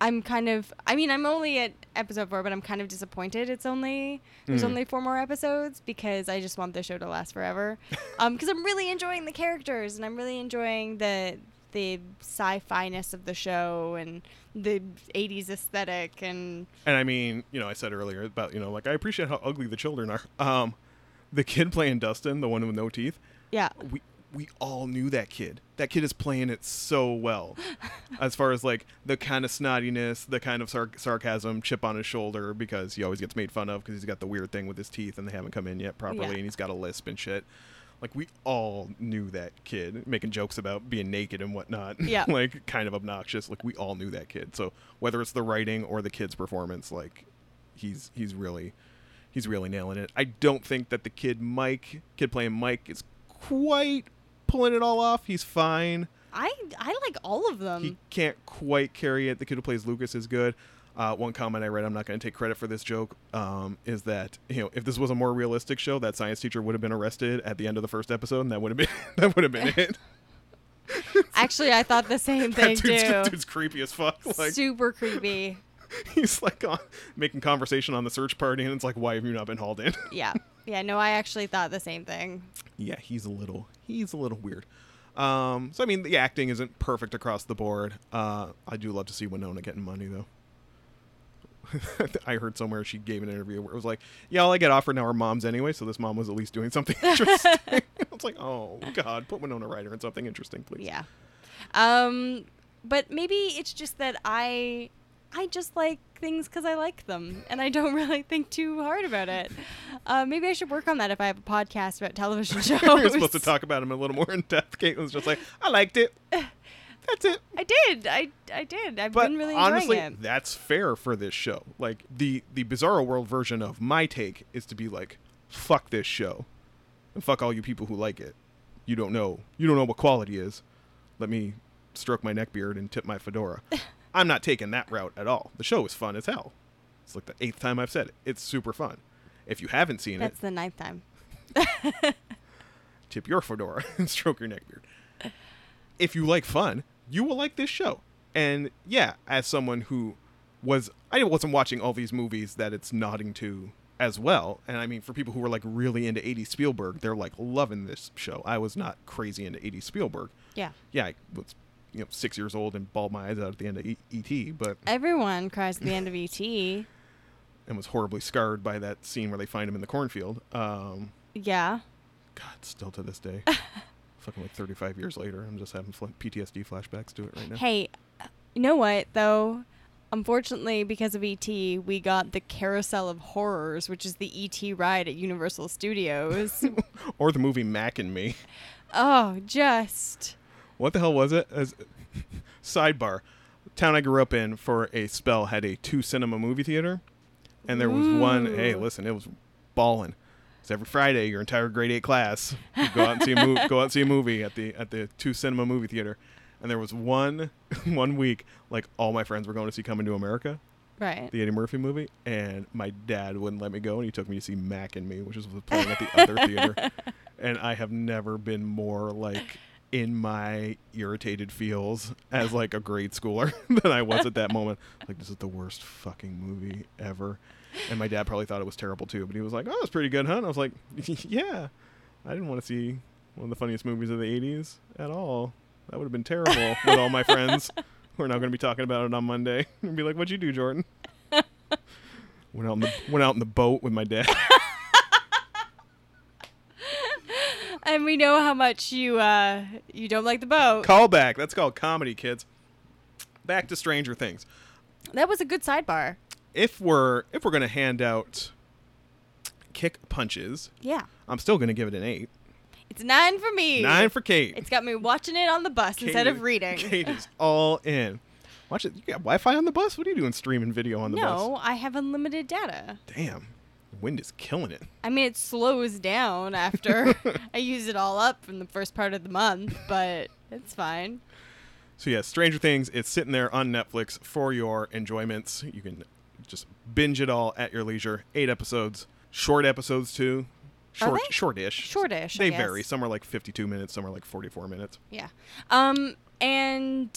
I'm kind of. I mean, I'm only at episode four, but I'm kind of disappointed. It's only there's
Mm.
only four more episodes because I just want the show to last forever. um, because I'm really enjoying the characters and I'm really enjoying the the sci-fi ness of the show and the 80s aesthetic and
And I mean, you know, I said earlier about you know, like I appreciate how ugly the children are. Um, the kid playing Dustin, the one with no teeth.
yeah
we we all knew that kid. That kid is playing it so well, as far as like the kind of snottiness, the kind of sar- sarcasm, chip on his shoulder because he always gets made fun of because he's got the weird thing with his teeth and they haven't come in yet properly,
Yeah.
and he's got a lisp and shit. Like we all knew that kid making jokes about being naked and whatnot.
Yeah.
like kind of obnoxious. Like we all knew that kid. So whether it's the writing or the kid's performance, like he's he's really he's really nailing it. I don't think that the kid Mike, kid playing Mike, is quite pulling it all off. He's fine.
I I like all of them
He can't quite carry it. The kid who plays Lucas is good. Uh, one comment I read, I'm not going to take credit for this joke, um, is that you know if this was a more realistic show, that science teacher would have been arrested at the end of the first episode, and that would have been that would have been it.
actually I thought the same
that
thing
dude's, that
too
dude's creepy as fuck. Like
super creepy
he's like on, making conversation on the search party, and it's like, why have you not been hauled in?
yeah yeah no I actually thought the same thing
yeah, he's a little he's a little weird. Um, so I mean, the acting isn't perfect across the board. Uh, I do love to see Winona getting money though. I heard somewhere she gave an interview where it was like, "Yeah, all I get offered now are moms anyway, so this mom was at least doing something interesting." I was it's like, oh God, put Winona Ryder in something interesting, please.
Yeah. Um, but maybe it's just that I I just like things because I like them, and I don't really think too hard about it. Uh, maybe I should work on that if I have a podcast about television shows.
we were supposed to talk about him a little more in depth. Caitlin's just like, I liked it. That's it.
I did. I I did. I've
But
been really
honestly,
enjoying it.
that's fair for this show. Like the the Bizarro World version of my take is to be like, fuck this show, and fuck all you people who like it. You don't know. You don't know what quality is. Let me stroke my neck beard and tip my fedora. I'm not taking that route at all. The show is fun as hell. It's like the eighth time I've said it. It's super fun. If you haven't seen it,
That's the ninth time.
tip your fedora and stroke your neck beard. If you like fun, you will like this show. And yeah, as someone who was I wasn't watching all these movies that it's nodding to as well. And I mean for people who were like really into 80 Spielberg, they're like loving this show. I was not crazy into 80 Spielberg.
Yeah.
Yeah, I was you know 6 years old and bawled my eyes out at the end of E- ET, but
Everyone cries at the end of E ET.
and was horribly scarred by that scene where they find him in the cornfield. Um
Yeah.
God, still to this day. Fucking like 35 years later, I'm just having fl- PTSD flashbacks to it right now.
Hey, you know what though? Unfortunately, because of ET, we got the Carousel of Horrors, which is the ET ride at Universal Studios.
Or the movie Mac and Me.
oh, just
What the hell was it? As, sidebar. Town I grew up in for a spell had a two cinema movie theater, and there was one.
Ooh.
Hey, listen, it was balling. It's every Friday. Your entire grade eight class would go out and see a movie. go out and see a movie at the at the two cinema movie theater, and there was one one week like all my friends were going to see Coming to America,
right.
the Eddie Murphy movie, and my dad wouldn't let me go, and he took me to see Mac and Me, which is playing at the other theater. And I have never been more like in my irritated feels as like a grade schooler than I was at that moment. Like this is the worst fucking movie ever. And my dad probably thought it was terrible too, but he was like, "Oh, it's pretty good, huh?" And I was like, "Yeah, I didn't want to see one of the funniest movies of the '80s at all. That would have been terrible with all my friends." We're now going to be talking about it on Monday and be like, "What'd you do, Jordan?" Went out in the went out in the boat with my dad.
And we know how much you uh you don't like the boat.
Callback. That's called comedy, kids. Back to Stranger Things.
That was a good sidebar.
If we're if we're gonna hand out kick punches,
Yeah.
I'm still gonna give it an eight.
It's nine for me.
Nine for Kate.
It's got me watching it on the bus
Kate
instead
is-
of reading.
Kate is all in. Watch it. You got Wi-Fi on the bus? What are you doing streaming video on the
no, I have unlimited data.
bus? Damn, wind is killing it.
I mean, it slows down after I use it all up from the first part of the month, but it's fine.
So yeah, Stranger Things, it's sitting there on Netflix for your enjoyments. You can just binge it all at your leisure. Eight episodes, short episodes too.
Are
Short,
they?
shortish.
Shortish, I
They
guess.
vary. Some are like 52 minutes. Some are like 44 minutes.
Yeah. Um, and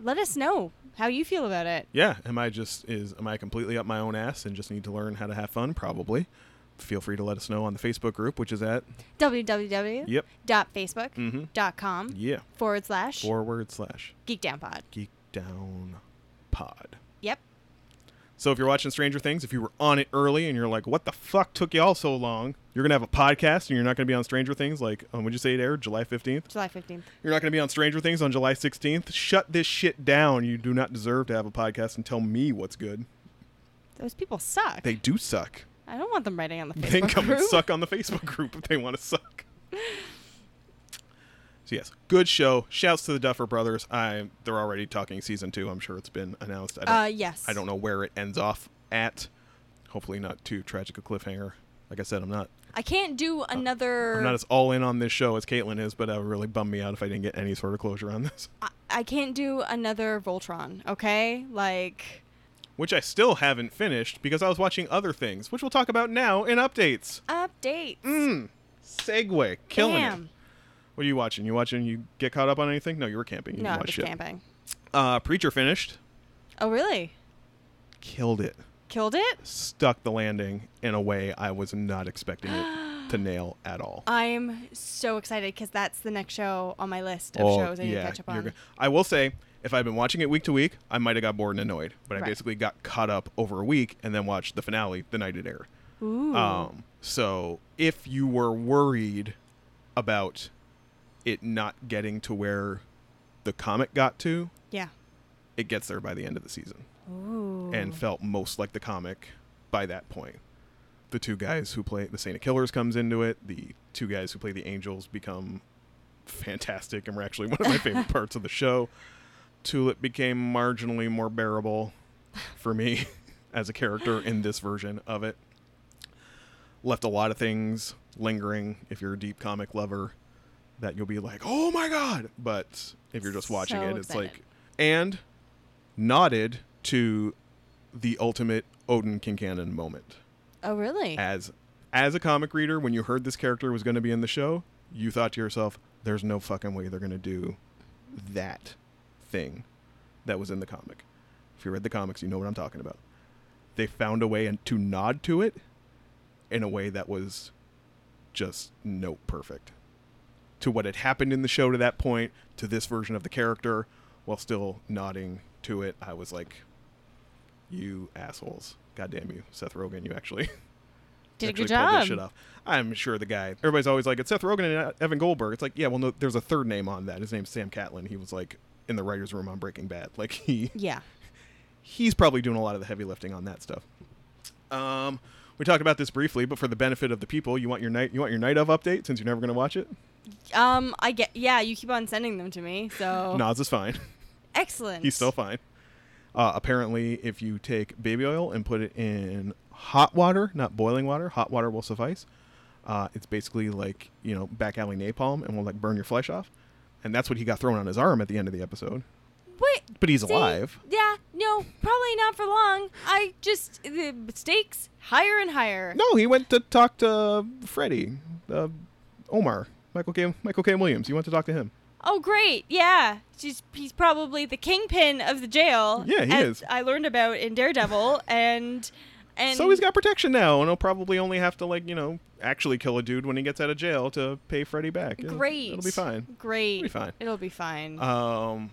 let us know how you feel about it.
Yeah. Am I just is am I completely up my own ass and just need to learn how to have fun? Probably. Feel free to let us know on the Facebook group, which is at yep Mhm.
www.facebook.com
yeah
forward slash
forward slash
geek down pod.
geek down pod.
Yep.
So if you're watching Stranger Things, if you were on it early and you're like, "What the fuck took y'all so long?" You're gonna have a podcast and you're not gonna be on Stranger Things. Like, um, would you say it aired July 15th?
July 15th.
You're not gonna be on Stranger Things on July 16th. Shut this shit down. You do not deserve to have a podcast and tell me what's good.
Those people suck.
They do suck.
I don't want them writing on the
They
Facebook
come
group.
and suck on the Facebook group if they want to suck. So yes, good show. Shouts to the Duffer Brothers. I they're already talking season two. I'm sure it's been announced. I don't,
Uh, yes.
I don't know where it ends off at. Hopefully not too tragic a cliffhanger. Like I said, I'm not
I can't do another.
Uh, I'm not as all in on this show as Caitlin is, but that would really bum me out if I didn't get any sort of closure on this.
I, I can't do another Voltron. Okay, like
Which I still haven't finished because I was watching other things, which we'll talk about now in updates.
updates.
Mm, segue, killing it.
Damn.
What are you watching? You watching? You get caught up on anything? No, you were camping. You
No,
didn't
I'm
watch
just
shit.
camping.
Uh, Preacher finished.
Oh, really?
Killed it.
Killed it.
Stuck the landing in a way I was not expecting it to nail at all.
I'm so excited because that's the next show on my list of shows I need to catch up
Oh, you're
on.
go- I will say, if I'd been watching it week to week, I might have got bored and annoyed. But I
Right.
basically got caught up over a week and then watched the finale the night it aired.
Ooh.
Um, so if you were worried about it not getting to where the comic got to.
Yeah.
It gets there by the end of the season
Ooh.
and felt most like the comic by that point. The two guys who play the Saint of Killers comes into it. The two guys who play the Angels become fantastic and were actually one of my favorite parts of the show. Tulip became marginally more bearable for me as a character in this version of it. Left a lot of things lingering if you're a deep comic lover that you'll be like, oh my God. But if you're just watching
So
it, it's
excited.
like, and nodded to the ultimate Odin Kincannon moment.
oh, really?
As as a comic reader, when you heard this character was going to be in the show, you thought to yourself, "There's no fucking way they're going to do that thing that was in the comic." If you read the comics, you know what I'm talking about. They found a way and to nod to it in a way that was just note perfect to what had happened in the show to that point to this version of the character while still nodding to it. I was like, "You assholes! God damn you, Seth Rogen! You actually."
Did a good
actually pulled
job.
This shit off. I'm sure the guy. Everybody's always like, it's Seth Rogen and uh, Evan Goldberg. It's like, yeah, well, no, there's a third name on that. His name's Sam Catlin. He was like in the writers' room on Breaking Bad. Like he
yeah.
he's probably doing a lot of the heavy lifting on that stuff. Um, we talked about this briefly, but for the benefit of the people, you want your night you want your night of update since you're never going to watch it.
Um, I get. Yeah, you keep on sending them to me, so
Oh.
Nas is fine.
excellent.
He's still fine. Uh, apparently, if you take baby oil and put it in hot water, not boiling water, hot water will suffice. Uh, it's basically like you know back alley napalm, and will like burn your flesh off. And that's what he got thrown on his arm at the end of the episode.
Wait.
But he's
see?
alive.
Yeah. No, probably not for long. I just the stakes higher and higher.
No, he went to talk to Freddie, uh, Omar, Michael K. Michael K. Williams. He went to talk to him.
Oh, great. Yeah. She's, he's probably the kingpin of the jail.
Yeah, he
as
is.
I learned about in Daredevil. and. and
so he's got protection now, and he'll probably only have to like you know actually kill a dude when he gets out of jail to pay Freddie back. It'll-
Great.
it'll be fine.
Great.
It'll be fine.
It'll be fine.
Um,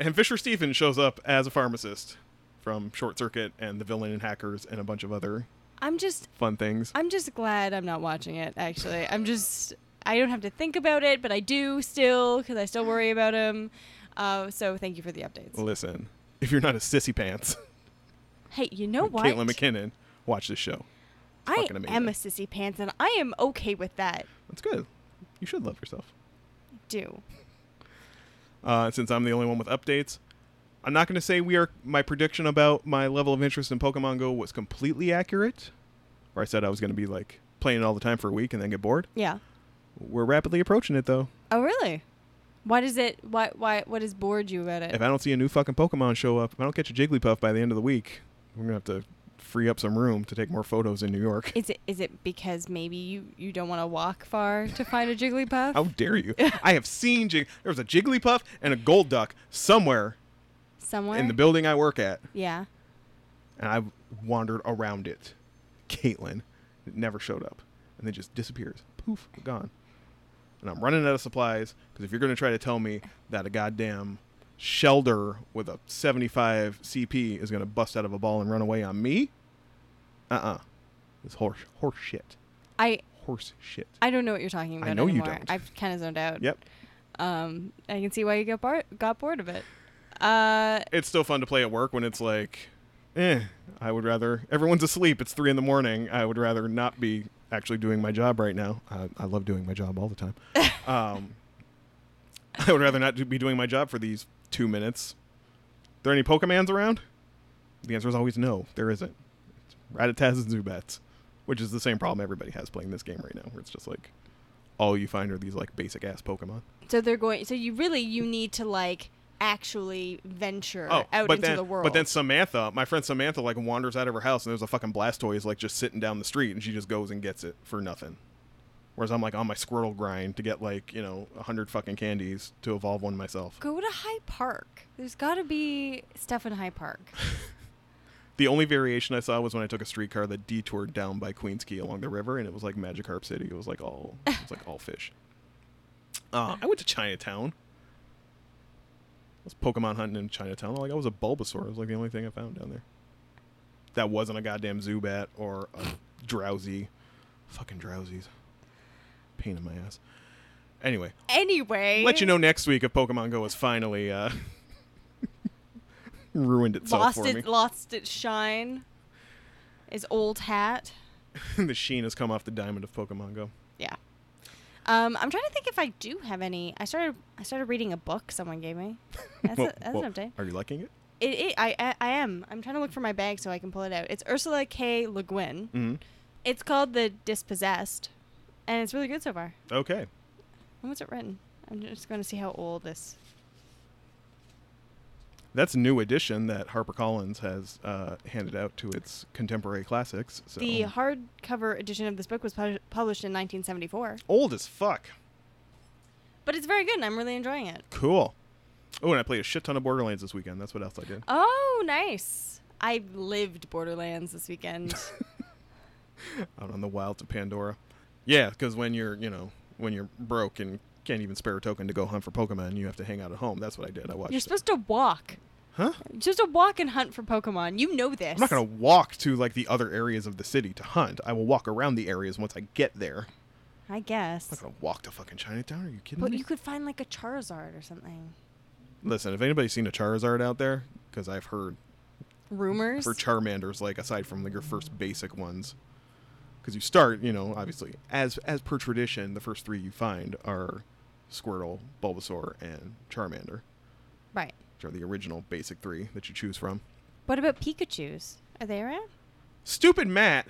and Fisher Stevens shows up as a pharmacist from Short Circuit and The Villain and Hackers and a bunch of other
I'm just
fun things.
I'm just glad I'm not watching it. Actually, I'm just I don't have to think about it, but I do still because I still worry about him. Uh, so thank you for the updates.
Listen, if you're not a sissy pants,
Hey, you know what?
Caitlin McKinnon, watch this show.
I
fucking amazing.
am a sissy pants, and I am okay with that.
That's good. You should love yourself.
Do
Uh, since I'm the only one with updates, I'm not going to say we are. My prediction about my level of interest in Pokemon Go was completely accurate, or I said I was going to be like playing it all the time for a week and then get bored.
yeah.
We're rapidly approaching it though.
Oh really? Why does it? Why why what has bored you about
if
it?
I don't see a new fucking Pokemon show up, if I don't catch a Jigglypuff by the end of the week, we're gonna have to free up some room to take more photos in New York.
Is it is it because maybe you you don't want to walk far to find a Jigglypuff?
How dare you? I have seen Jig. There was a Jigglypuff and a Golduck somewhere
Somewhere.
in the building I work at,
yeah.
and I've wandered around it. Caitlin, it never showed up, and then just disappears. Poof, gone. And I'm running out of supplies because if you're gonna try to tell me that a goddamn shelter with a 75 CP is gonna bust out of a ball and run away on me, uh-uh. It's horse horse shit.
I
Horse shit.
I don't know what you're talking about.
know you
anymore.
don't.
I've kind of zoned out.
Yep.
Um, I can see why you got bar- got bored of it. Uh,
It's still fun to play at work when it's like, eh, I would rather everyone's asleep. It's three in the morning. I would rather not be actually doing my job right now. I, I love doing my job all the time. um, I would rather not do, be doing my job for these two minutes. there any Pokemans around? The answer is always no. There isn't. It's Rattatas and Zubats, which is the same problem everybody has playing this game right now, where it's just like all you find are these like basic ass Pokemon.
so they're going. So you really you need to like actually venture out
Oh, but
into
then,
the world.
But then Samantha, my friend Samantha, like wanders out of her house and there's a fucking Blastoise like just sitting down the street and she just goes and gets it for nothing. Whereas I'm like on my Squirtle grind to get like you know a hundred fucking candies to evolve one myself.
go to High Park. There's got to be stuff in High Park.
The only variation I saw was when I took a streetcar that detoured down by Queens Key along the river and it was like Magikarp City. It was like all it was like all fish. Uh, I went to Chinatown. I was Pokemon hunting in Chinatown. Like I was a Bulbasaur. It was like the only thing I found down there. That wasn't a goddamn Zubat or a drowsy, fucking drowsies. Pain in my ass. Anyway,
Anyway,
let you know next week if Pokemon Go has finally uh, ruined itself
lost
for
it,
me.
lost its shine. Is old hat.
the sheen has come off the diamond of Pokemon Go.
Yeah. Um, I'm trying to think if I do have any. I started I started reading a book someone gave me. That's,
Well-
a, that's
well,
an update.
Are you liking it?
It, it I, I I am. I'm trying to look for my bag so I can pull it out. It's Ursula K. Le Guin.
hmm
It's called The Dispossessed, and it's really good so far.
Okay.
When was it written? I'm just going to see how old this.
That's a new edition that HarperCollins has uh, handed out to its contemporary classics. So um,
The hardcover edition of this book was pu- published in 1974,
old as fuck.
but it's very good, and I'm really enjoying it.
Cool. Oh, and I played a shit ton of Borderlands this weekend. That's what else I did.
Oh, nice! I lived Borderlands this weekend.
Out on the wilds of Pandora. Yeah, because when you're, you know, when you're broke and can't even spare a token to go hunt for Pokemon, you have to hang out at home. That's what I did. I watched.
You're supposed to walk.
huh?
You're supposed to walk and hunt for Pokemon. You know this.
I'm not gonna walk to like the other areas of the city to hunt. I will walk around the areas once I get there.
I
I'm not
guess.
gonna walk to fucking Chinatown. Are you kidding
But
me?
you could find like a Charizard or something.
Listen, if anybody's seen a Charizard out there, because I've heard
Rumors.
for Charmander's, like aside from like your first basic ones, because you start, you know, obviously as as per tradition, the first three you find are Squirtle, Bulbasaur, and Charmander,
right.
which are the original basic three that you choose from.
What about Pikachu's? Are they around?
Stupid Matt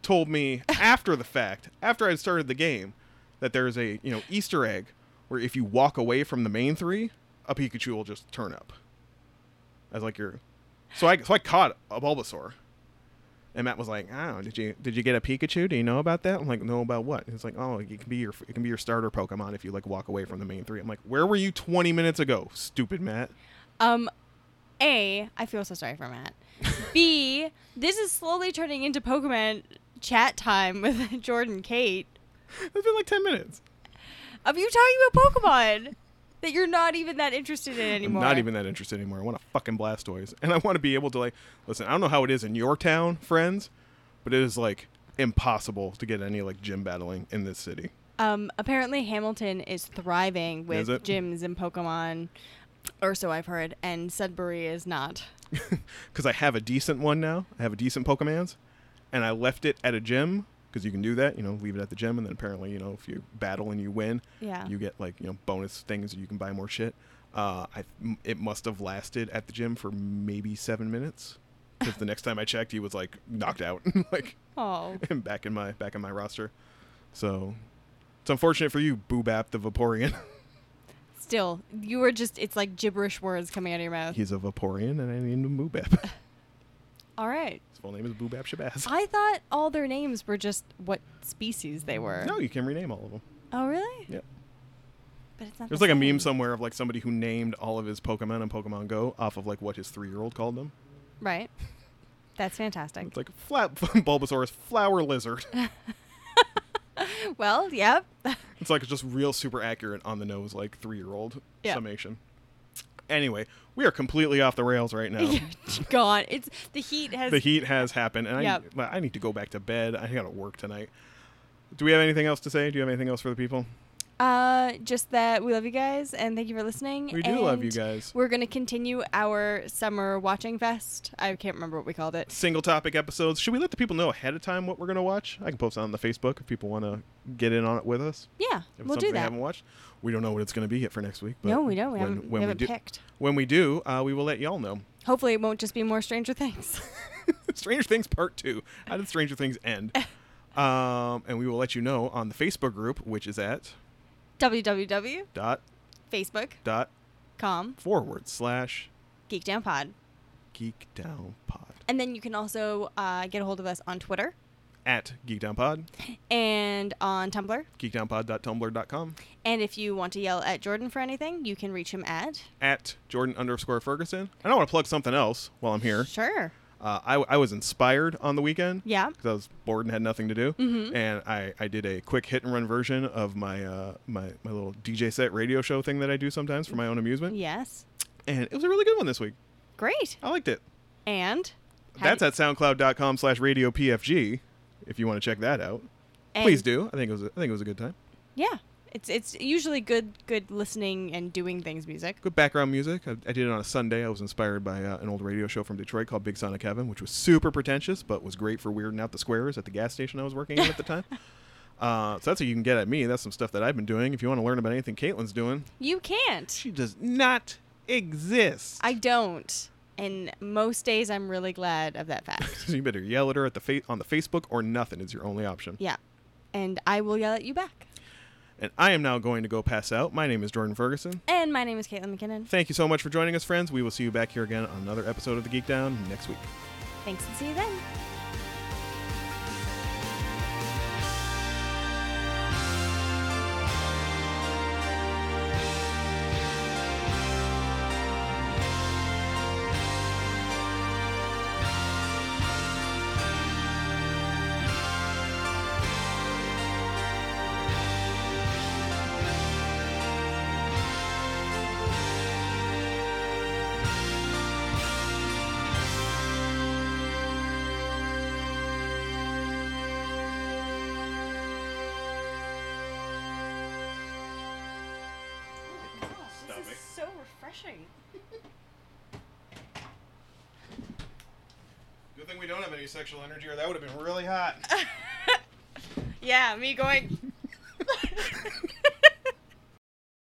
told me after the fact, after I had started the game, that there is a you know Easter egg where if you walk away from the main three, a Pikachu will just turn up. As like your, so I so I caught a Bulbasaur, and Matt was like, "Oh, did you did you get a Pikachu? Do you know about that?" I'm like, "No, about what?" He's like, "Oh, it can be your it can be your starter Pokemon if you like walk away from the main three. I'm like, "Where were you 20 minutes ago, stupid Matt?"
Um, A, I feel so sorry for Matt. B, this is slowly turning into Pokemon chat time with Jordan Kate
It's been like 10 minutes.
of you talking about Pokemon that you're not even that interested in anymore.
I'm not even that interested anymore. I want a fucking Blastoise, and I want to be able to like listen. I don't know how it is in your town, friends, but it is like impossible to get any like gym battling in this city.
Um, apparently Hamilton is thriving with
Is it?
gyms and Pokemon, or so I've heard, and Sudbury is not.
Because I have a decent one now. I have a decent Pokemans, and I left it at a gym because you can do that. You know, leave it at the gym, and then apparently, you know, if you battle and you win,
Yeah.
you get like you know bonus things. You can buy more shit. Uh, I m- it must have lasted at the gym for maybe seven minutes. Because the next time I checked, he was like knocked out. like
Oh,
and back in my back in my roster. So it's unfortunate for you, Boobap the Vaporeon.
still, you were just—it's like gibberish words coming out of your mouth.
He's a Vaporeon, and I named him Boobap. His
All right.
full name is Boobap Shabazz.
I thought all their names were just what species they were.
No, you can rename all of them.
Oh, really?
Yep.
But it's not.
There's
the
like a meme
same.
somewhere of like somebody who named all of his Pokemon and Pokemon Go off of like what his three-year-old called them.
Right. That's fantastic.
It's like fla- Bulbasaur's flower lizard.
well, yep.
It's like just real super accurate on the nose, like three-year-old
Yeah.
summation. Anyway, we are completely off the rails right now.
God, it's the heat has.
the heat has happened, and
Yep.
I, I need to go back to bed. I got to work tonight. Do we have anything else to say? Do you have anything else for the people?
Uh, just that we love you guys and thank you for listening.
We do love you
and
guys.
We're gonna continue our summer watching fest. I can't remember what we called it.
Single topic episodes. Should we let the people know ahead of time what we're going to watch? I can post it on the Facebook if people want to get in on it with us. If
Yeah,
it's
we'll
something
do
we
that.
haven't watched, we don't know what it's going to be yet for next week. But
no, we don't. We
when,
haven't,
when
we
we
haven't
do,
picked.
When we do, uh, we will let y'all know.
Hopefully, it won't just be more Stranger Things.
Stranger Things Part Two. How did Stranger Things end? um, and we will let you know on the Facebook group, which is at
www.facebook.com
dot dot forward slash
Geek Down Pod.
Geek Down Pod.
And then you can also uh, get a hold of us on Twitter
at geekdownpod,
and on Tumblr.
geekdownpod.tumblr.com,
And if you want to yell at Jordan for anything, you can reach him at.
at Jordan underscore Ferguson. And I want to plug something else while I'm here.
Sure.
Uh, I, I was inspired on the weekend
Yeah. Mm-hmm.
because I was bored and had nothing to do. And I, I did a quick hit and run version of my, uh, my, my little DJ set radio show thing that I do sometimes for my own amusement.
Yes.
And it was a really good one this week.
Great.
I liked it.
And.
That's at soundcloud.com slash radio PFG if you want to check that out.
And-
Please do. I think it was a, I think it was a good time.
Yeah. It's it's usually good good listening and doing things music.
Good background music. I, I did it on a Sunday. I was inspired by uh, an old radio show from Detroit called Big Sonic Heaven, which was super pretentious, but was great for weirding out the squares at the gas station I was working in at the time. Uh, so that's what you can get at me. That's some stuff that I've been doing. If you want to learn about anything Caitlin's doing,
You can't.
she does not exist.
I don't. And most days I'm really glad of that fact.
so you better yell at her at the fa- on the Facebook or nothing is your only option.
yeah. And I will yell at you back.
And I am now going to go pass out. My name is Jordan Ferguson.
And my name is Caitlin McKinnon.
Thank you so much for joining us, friends. We will see you back here again on another episode of the Geek Down next week.
Thanks and see you then.
Stomach. is
so refreshing.
Good thing we don't have any sexual energy, or that would have been really hot.
Yeah, me going.